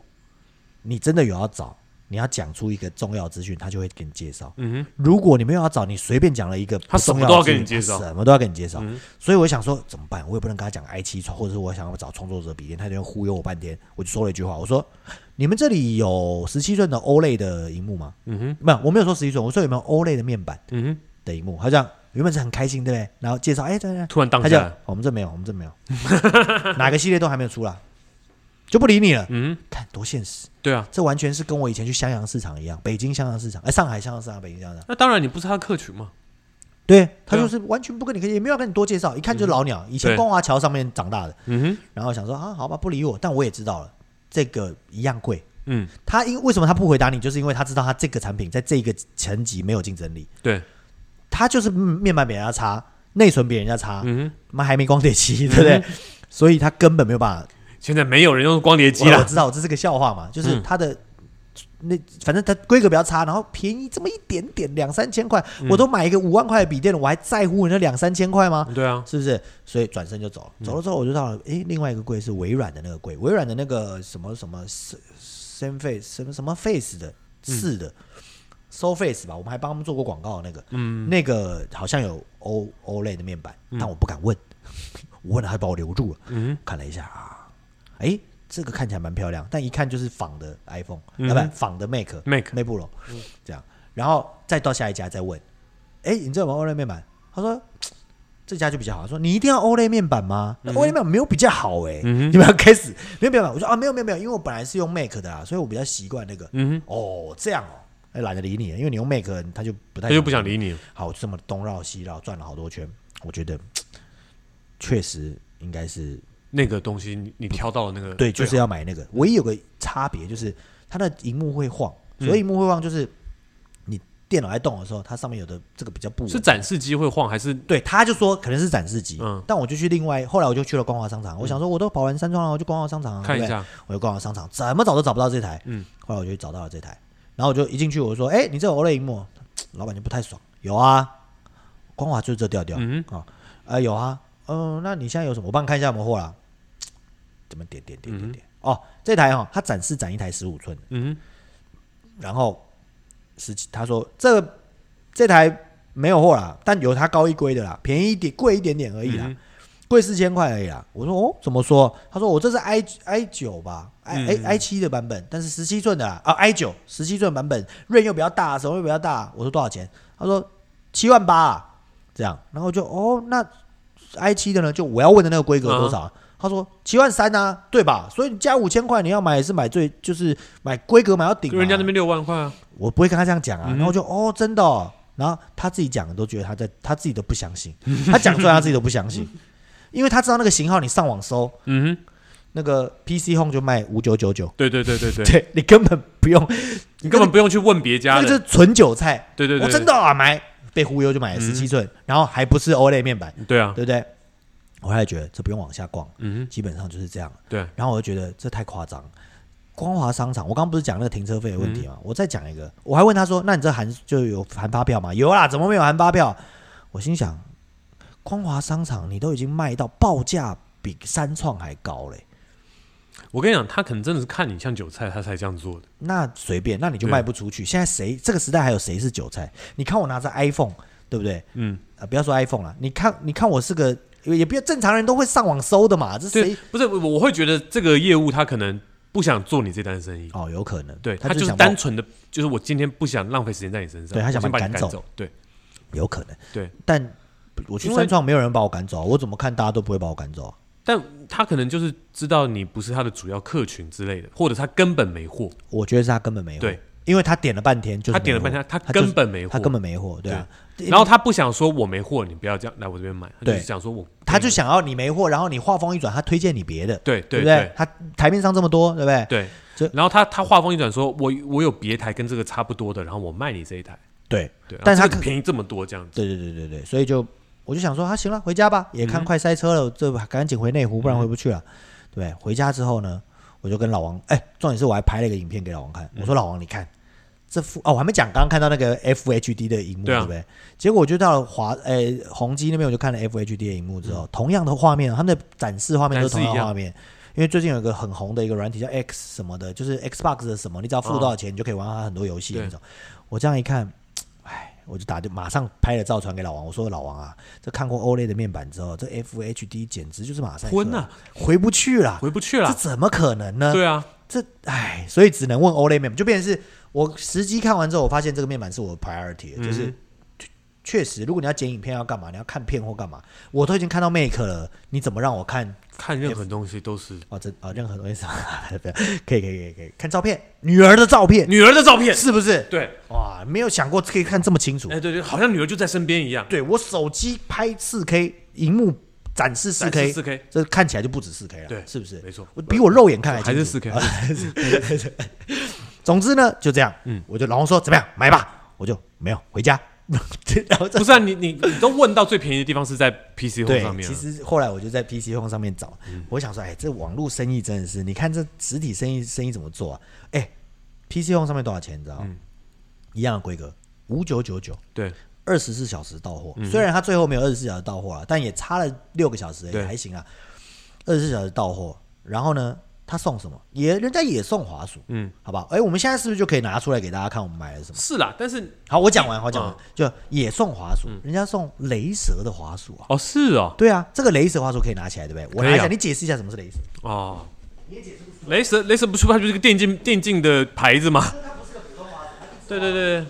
你真的有要找，你要讲出一个重要资讯，他就会给你介绍。嗯哼，如果你没有要找，你随便讲了一个他不重什么都要的资给你讯介绍他什么都要给你介绍。嗯所以我想说怎么办？我也不能跟他讲哎 i 七，或者是我想要找创作者笔电，他就会忽悠我半天。我就说了一句话，我说：“你们这里有十七寸的 OLED 的荧幕吗嗯哼，？”没有，我没有说十七寸，我说有没有 OLED 的面板嗯哼，的荧幕？他这样原本是很开心，对不对？然后介绍，哎，对对，突然当他就下来，我们这没有，我们这没有， *laughs* 哪个系列都还没有出啦，就不理你了。嗯，看多现实，对啊，这完全是跟我以前去襄阳市场一样，北京襄阳市场，哎，上海襄阳市场，北京襄阳市场，那当然你不是他的客群嘛，对他对啊嗯就是完全不跟你客气，也没有跟你多介绍，一看就是老鸟，以前对光华桥上面长大的，嗯哼，然后想说啊，好吧，不理我，但我也知道了，这个一样贵。嗯，他因为什么他不回答你，就是因为他知道他这个产品在这个层级没有竞争力，对，他就是面板比人家差，内存比人家差，嗯妈还没光碟机，对不对？所以他根本没有办法哼，现在没有人用光碟机我我了，知道，这是个笑话嘛，就是嗯它的、那反正它规格比较差，然后便宜这么一点点，两三千块，嗯我都买一个五万块的笔电了，我还在乎人家两三千块吗？对啊，嗯是不是？所以转身就走了，走了之后我就到了，诶，另外一个柜是微软的那个柜，微软的那个什么什么 Sam Face 什么什么 Face 的四的、So Face 吧，我们还帮他们做过广告的那个，嗯，那个好像有 O O 类的面板，但我不敢问， *laughs* 我问了还把我留住了。嗯看了一下啊，哎，这个看起来蛮漂亮，但一看就是仿的 iPhone，嗯要不然仿的 Mac ，Mac， Mac Pro 这样，然后再到下一家再问，哎，你知道吗 OLED 面板？他说嘖这家就比较好，他说你一定要 OLED 面板吗？那 OLED 面板没有比较好哎，嗯哼你们要开始没有面板，我说啊没有没有没有，因为我本来是用 Mac 的啊啦，所以我比较习惯那个。嗯哼，哦，这样哦，哎懒得理你了，因为你用 Mac 他就不太他就不想理你了，好，我就这么东绕西绕转了好多圈，我觉得嘖确实应该是那个东西你你挑到了那个，对，就是要买那个。唯一有个差别就是它的荧幕会晃，嗯所以荧幕会晃就是你电脑在动的时候，它上面有的这个比较不是稳。展示机会晃还是对，他就说可能是展示机，嗯但我就去另外，后来我就去了光华商场，我想说我都跑完山庄了，我就光华商场啊，看对一不对，下，我就光华商场，怎么找都找不到这台，嗯，后来我就找到了这台，然后我就一进去我就说，哎，你这有 OLED 荧幕，老板就不太爽，有啊，光华就是这调调，嗯啊，呃，有啊，嗯、那你现在有什么？我帮你看一下有没有货啦。怎么点点点点点？哦，这台哈、哦，它展示展一台十五寸的，嗯然后十七，他说这个这台没有货啦，但有它高一规的啦，便宜一点，贵一点点而已啦，嗯贵四千块而已啦。我说哦，怎么说？他说我这是 i i 九吧，i i 嗯 i 七的版本，但是十七寸的啦，啊 i 九十七寸版本，润又比较大，手又比较大。我说多少钱？他说七万八、啊，这样，然后我就哦，那 i 七的呢？就我要问的那个规格多少嗯啊？他说七万三啊，对吧？所以你加五千块，你要买也是买最，就是买规格买到顶、哼，啊。人家那边六万块啊，我不会跟他这样讲啊，嗯然后我就哦，真的、哦，然后他自己讲的都觉得他在他自己都不相信，他讲出来他自己都不 *laughs* 相信，因为他知道那个型号，你上网搜嗯哼，那个 PC Home 就卖五九九九，对对对对对，对你根本不用，你根本不用去问别家那个就的，是纯韭菜，对对对，我真的啊买，被忽悠就买了嗯十七寸，然后还不是 OLED 面板，对对啊，对不对？我后来觉得这不用往下逛，嗯基本上就是这样了。哼，对，然后我就觉得这太夸张了。光华商场，我刚不是讲那个停车费的问嗯题吗？我再讲一个，我还问他说：“那你这含就有含发票吗？”有啦，怎么没有含发票？我心想，光华商场你都已经卖到报价比三创还高嘞，我跟你讲，他可能真的是看你像韭菜，他才这样做的，那随便，那你就对卖不出去。现在谁这个时代还有谁是韭菜？你看我拿着 iPhone，对不对？嗯，呃，不要说 iPhone 了，你看，你看我是个也不要正常人都会上网搜的嘛，这对谁？，不是，我我会觉得这个业务他可能不想做你这单生意，哦，有可能，对他就是想单纯的，就是我今天不想浪费时间在你身上，对他我想先把把你赶赶走走，对，有可能，对，但我去因为三创没有人把我赶走啊，我怎么看大家都不会把我赶走啊、但他可能就是知道你不是他的主要客群之类的，或者他根本没货，我觉得是他根本没货，对，因为他点了半天就是他点了半没天货，他他就是根本没货，他根本没货，对啊，然后他不想说我没货，你不要这样来我这边买，他就对是想说我他就想要你没货，然后你话锋一转，他推荐你别的，对对对不对？他台面上这么多，对不对？对这然后他他话锋一转说，我我有别台跟这个差不多的，然后我卖你这一台，对对，但然后他这个便宜这么多这样子，对对对对对，所以就我就想说，啊，行了，回家吧，也嗯看快塞车了，这赶紧回内湖，不然回不去了。对，回家之后呢，我就跟老王，哎，重点是我还拍了一个影片给老王看，嗯我说老王，你看这副哦，我还没讲，刚刚看到那个 FHD 的荧幕，对对啊不对？结果我就到了华，哎，宏基那边我就看了 FHD 的荧幕之后，同样的画面，他们的展示画面都是同嗯展示一样的样画面。因为最近有一个很红的一个软体叫 X 什么的，就是 Xbox 的什么，你只要付多少钱，你就可以玩到它很多游戏的那种。我这样一看，哎，我就打就马上拍了照传给老王，我说老王啊，这看过 OLED 的面板之后，这 FHD 简直就是马赛克，昏啊，回不去了，回不去这了，怎么可能呢？对啊，这哎，所以只能嗯问 OLED 面板，就变成是我实机看完之后，我发现这个面板是我的 priority，的、就是确实，如果你要剪影片要干嘛，你要看片或干嘛，我都已经看到 Make 了，你怎么让我看？看任何东西都是哦，这哦，任何东西是吧？ *laughs* 不要可以可以可以可以看照片，女儿的照片女儿的照片，是不是？对，哇，没有想过可以看这么清楚哎。对对，好像女儿就在身边一样，对我手机拍四 K，荧幕展示四 K，四 K，这看起来就不止四 K 了，对是不是？没错，我比我肉眼看还还是清楚 4K 啊还 *laughs* 是总之呢，就这样，嗯，我就老王说怎么样买吧，我就没有回家， *laughs* 然后这不是啊，你你你都问到最便宜的地方是在 PC 后对上，面啊嗯其了，实后来我就在 PC Home 上面找，我想说，哎，这网络生意真的是，你看这实体生意生意怎么做啊？哎，PC Home 上面多少钱？你知道吗？嗯一样的规格，五九九九，对，二十四小时到货。嗯虽然它最后没有二十四小时到货了，但也差了六个小时而已，对还行啊。二十四小时到货，然后呢，他送什么？也人家也送滑鼠，嗯，好吧？哎，我们现在是不是就可以拿出来给大家看我们买了什么？是啦，但是好，我讲完，我讲完嗯，就也送滑鼠，人家送雷蛇的滑鼠啊。哦是哦对啊，这个雷蛇话说可以拿起来，对不对？我可以啊拿一下，你解释一下什么是雷蛇。哦，雷神雷神不是它就是个电竞电竞的牌子吗？对对对，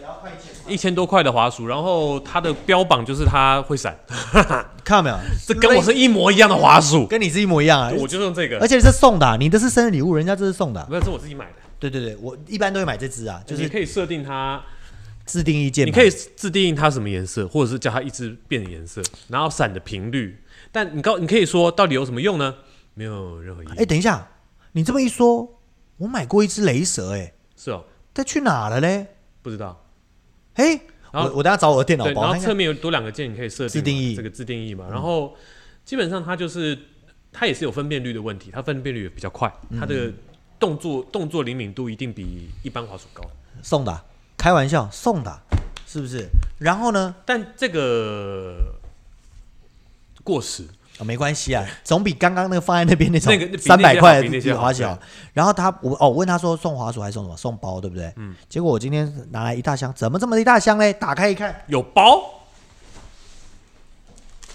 一千多块的滑鼠，然后它的标榜就是它会闪， *laughs* 看到没有？这 *laughs* 跟我是一模一样的滑鼠，跟你是一模一样啊！我就用这个而，且是送的啊、你的是生日礼物，人家这是送的啊、不是是我自己买的，对对对，我一般都会买这只啊，就你是可以设定它，自定义键你盘。可以自定义它什么颜色，或者是叫它一直变颜色，然后闪的频率，但你告你可以说到底有什么用呢？没有任何意哎、义，等一下，你这么一说，我买过一只雷蛇、哎，是哦，它去哪了嘞？不知道。哎、然后我我等下找我的电脑对，然包，后看侧看面有多两个键，你可以设定自定义嗯这个自定义嘛。然后基本上它就是它也是有分辨率的问题，它分辨率也比较快，嗯它的动作动作灵敏度一定比一般滑鼠高。送的啊、开玩笑，送的啊、是不是？然后呢？但这个过时，啊、没关系啊，总比刚刚那个放在那边那种那个比那些三百块好比那的些好滑小。然后他我哦，我问他说送滑鼠还是送什么？送包对不对？嗯。结果我今天拿来一大箱，怎么这么一大箱嘞？打开一看，有包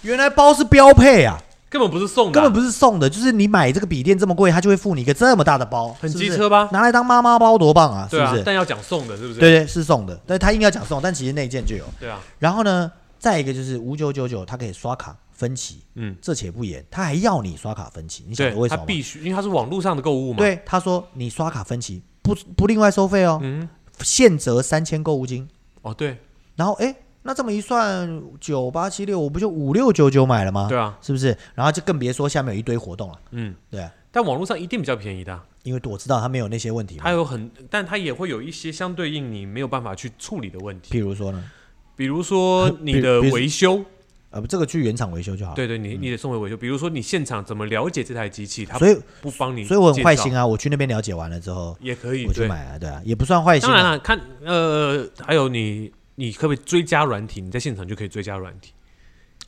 原来包是标配啊，根本不是送的根啊、本不是送的，就是你买这个笔电这么贵，他就会付你一个这么大的包，很是不是机车吧拿来当妈妈包多棒啊，是对不啊，是？但要讲送的，是不是？对对，是送的，但他硬要讲送，但其实那一件就有。对啊，然后呢，再一个就是五九九九，它可以刷卡分期，嗯，这且不言，他还要你刷卡分期，你晓对得为，什它么吗？必须，因为它是网络上的购物嘛。，对，他说你刷卡分期不不另外收费哦，嗯，现折三千购物金。哦对，然后哎，那这么一算，九八七六，我不就五六九九买了吗？对啊，是不是？然后就更别说下面有一堆活动了，嗯，对啊、但网络上一定比较便宜的啊、因为我知道他没有那些问题嘛它。有很，但它也会有一些相对应你没有办法去处理的问题，譬如说呢，比如说你的比如啊嗯维修，呃，不，这个去原厂维修就好了。对对，你你得送回维修。比如说你现场怎么了解这台机器，它所以不帮你，所以我很坏心，啊，我去那边了解完了之后，也可以我去对。买啊，对啊，也不算坏心当然啊。了，看呃，还有你你可不可以追加软体？你在现场就可以追加软体，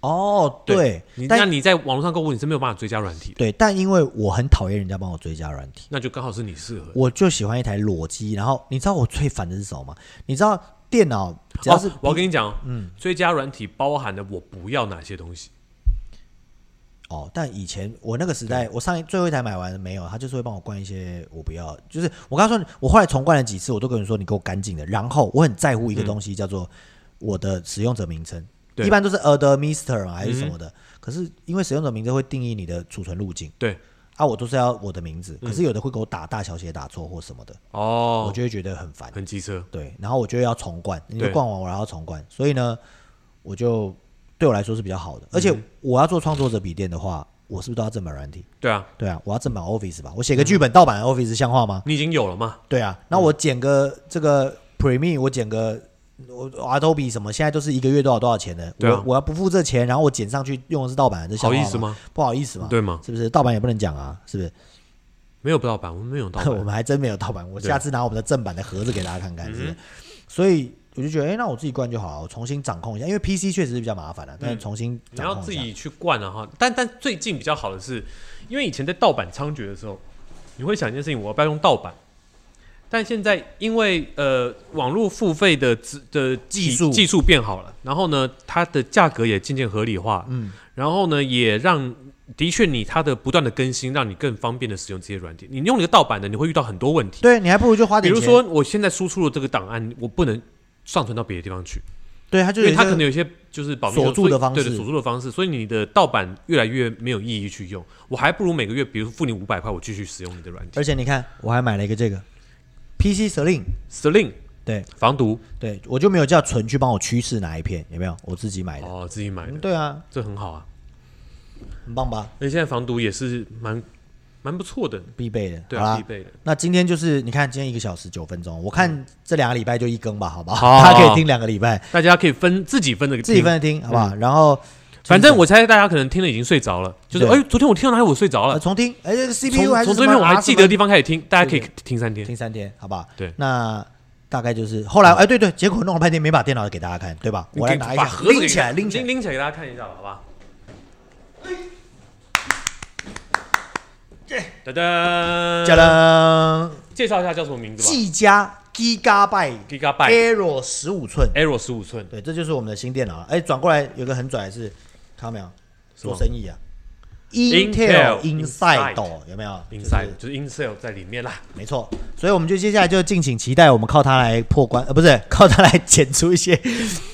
哦，对你，那但你在网络上购物你是没有办法追加软体的，对，但因为我很讨厌人家帮我追加软体。那就刚好是你适合。我就喜欢一台裸机。然后你知道我最烦的是什么吗？你知道电脑只要是、哦我跟你讲，嗯，追加软体包含的我不要哪些东西，哦，但以前我那个时代，我上一最后一台买完没有，他就是会帮我灌一些我不要，就是我刚说，我后来重灌了几次，我都跟你说你给我干净的。然后我很在乎一个东西，叫做我的使用者名称，嗯对嗯一般都是 a d m i s t e r 嘛还是什么的。可是因为使用者名称会定义你的储存路径对，啊，我都是要我的名字，可是有的会给我打大小写打错或什么的，嗯我哦，就会觉得很烦。很机车，对，然后我就要重灌，因为对灌完我然后重灌，所以呢，我就对我来说是比较好的。嗯而且我要做创作者笔电的话，我是不是都要正版软体？对啊，对啊，我要正版 Office 吧？我写个嗯剧本盗版 Office 像话吗？你已经有了嘛，对啊，那嗯我剪个这个 Premiere，我剪个我 Adobe 什么，现在都是一个月多少多少钱的，对啊我我要不付这钱，然后我剪上去用的是盗版的，这像好话意思？吗？不好意思嘛，对吗？是不是？盗版也不能讲啊，是不是？没有盗版，我们没有 *laughs* 盗我版，们还真没有盗版，我对嗯下次拿我们的正版的盒子给大家看看，是不是？所以我就觉得，哎、那我自己灌就好了，我重新掌控一下，因为 PC 确实是比较麻烦了、但是重新嗯你掌要控自一下。己去灌啊哈。但但最近比较好的是，因为以前在盗版猖獗的时候，你会想一件事情，我要不要用盗版？但现在因为呃网络付费的资的体技术技术变好了，然后呢它的价格也渐渐合理化，嗯，然后呢也让的确你它的不断的更新，让你更方便的使用这些软件。你用了一个盗版的，你会遇到很多问题，对你还不如就花比点如钱，说我现在输出了这个档案，我不能上传到别的地方去，对，它就因有为一它个可能有一些就是保密锁住所的以方式对的锁住的方式，所以你的盗版越来越没有意义去用。我还不如每个月，比如付你五百块，我继续使用你的软体。而且你看，我还买了一个这个 PC Sling， Sling 对防毒对，我就没有叫纯去帮我趋势哪一片，有没有？我自己买的。哦，自己买的，对啊，这很好啊。很棒吧？而且现在防毒也是蛮蛮不错的，必备的。对好啊，啦必备的。嗯那今天就是你看，今天一个小时九分钟，我看这两个礼拜就一更吧，好不好好？大家可以听两个礼拜，大家可以分自己分的，自己分。着听，好不好？然后嗯反正我猜大家可能听了已经睡着了，就是对哎，昨天我听到哪里我睡着呃了。重听，哎，这个从 CPU 还是从什这么边我还 R 记什得么的地方开始听，大家可以对听三天。听三天，好不好？对那大概就是后来，哎，对对，结果弄了半天没把电脑给大家看，对吧？你我可来以拿一把下，盒子拎起来，给拎起来拎。拎起来给大家看一下吧，好吧？噔噔，加了介绍一下叫什么名字吧技嘉 Gigabyte ？Gigabyte Aero 十五寸， Arrow 十五寸，对，这就是我们的新电脑了。哎，转过来有个很拽的是，看到没有？做生意啊 Intel ，Intel Inside Inside 有没有 Inside 就就是是 Intel 在里面啦。没错，所以我们就接下来就敬请期待，我们靠它来破关，呃，不是 *laughs* 靠它来剪出一些，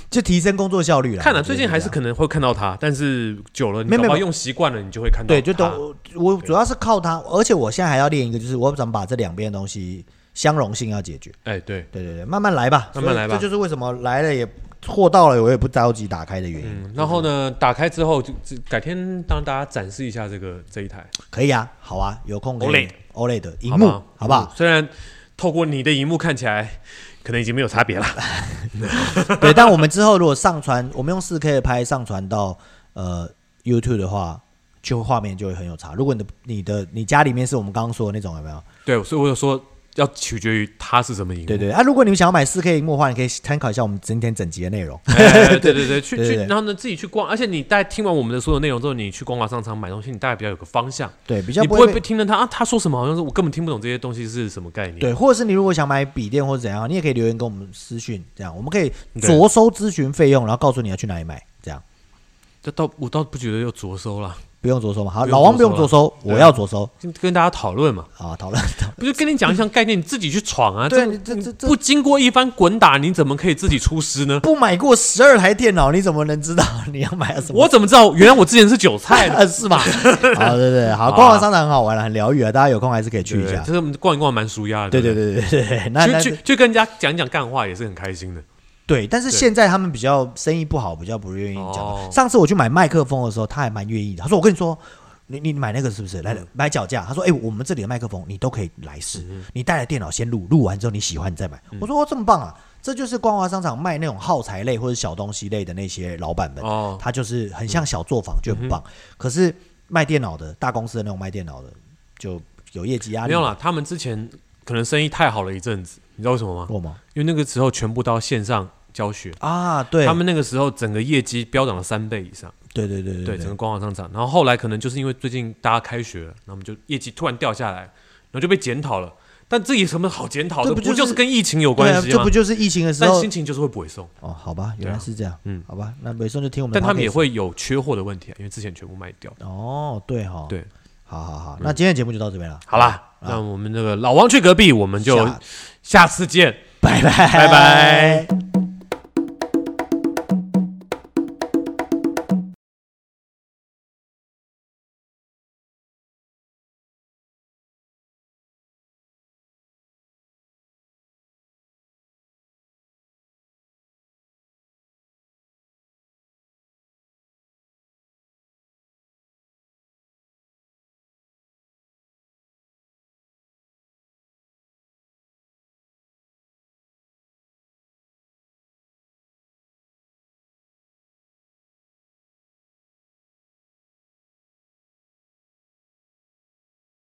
*laughs* 就提升工作效率了。看了啊我觉得最近还是这样可能会看到它，但是久了，你没有搞不好没有用习惯了，你就会看到它。对，就都我主要是靠它，而且我现在还要练一个，就是我怎么把这两边的东西相容性要解决。哎，对，对对对，慢慢来吧，慢慢来吧所以这就是为什么来了也货到了，我也不着急打开的原因。嗯，然后呢，打开之后就就改天让大家展示一下这个这一台可以啊，好啊，有空可以 OLED。 OLED 的荧好幕，吗好不好？？虽然透过你的荧幕看起来，可能已经没有差别了。 *laughs* 对，但我们之后如果上传，我们用4 K 的拍上传到呃 YouTube 的话，就画面就会很有差。如果你的你的你家里面是我们刚刚说的那种，有没有？对，所以我有说要取决于它是什么荧幕。对对啊，如果你们想要买4 K 荧幕的话，你可以参考一下我们今天整集的内容。哎对对对，去 *laughs* 对去对对，然后呢自己去逛，而且你大概听完我们的所有内容之后，你去光华商场买东西，你大概比较有个方向，对，比较你不不会会被被听了他啊，他说什么好像是我根本听不懂这些东西是什么概念。对，或者是你如果想买笔电或者怎样，你也可以留言跟我们私讯，这样我们可以着收咨询费用，然后告诉你要去哪里买，这样这倒我倒不觉得有着收了，不用着收嘛。啊好，不用老王不用着着收收，对我要着收跟跟大家讨论嘛，啊，讨论讨论。不就跟你讲一项概念，你自己去闯啊。对，这你这这这不经过一番滚打，你怎么可以自己出师呢？ *laughs* 不买过十二台电脑，你怎么能知道你要买什么？我怎么知道？原来我之前是韭菜呢。 *laughs* 呃是吧？好，对对，好，好逛逛商场很好玩了，很疗愈啊，大家有空还是可以去一对下就。是我们逛一逛，蛮舒压的。对对不对对对对，那那去去去跟人家讲讲干话也是很开心的。对，但是对现在他们比较生意不好，比较不愿意哦讲。上次我去买麦克风的时候，他还蛮愿意的，他说：“我跟你说。”你你买那个是不是嗯来买脚架？他说：“哎、我们这里的麦克风你都可以来试，嗯你带来电脑先录，录完之后你喜欢你再买。我说：“哦，这么棒啊！”这就是光华商场卖那种耗材类或者小东西类的那些老板们，哦，嗯他就是很像小作坊，就很棒。可是卖电脑的大公司的那种卖电脑的，就有业绩压力。啊没有啦，他们之前可能生意太好了一阵子，你知道为什么吗？过吗？因为那个时候全部都要线上教学，啊，对，他们那个时候整个业绩飙涨了三倍以上，对对对对对整个光华商场。然后后来可能就是因为最近大家开学了，那我们就业绩突然掉下来，然后就被检讨了。但这有什么好检讨的？这不就是就是跟疫情有对啊关系这吗不？就是疫情的时但候心情就是会不会送，哦，好吧，原对来啊是这样，嗯嗯，好吧，那北宋就听我们的 podcast，但他们也会有缺货的问题啊，因为之前全部卖掉。哦，对哈，对，嗯好好好，那今天的节目就到这边了，好啦，那我们那个老王去隔壁，我们就下下次见。拜拜拜拜。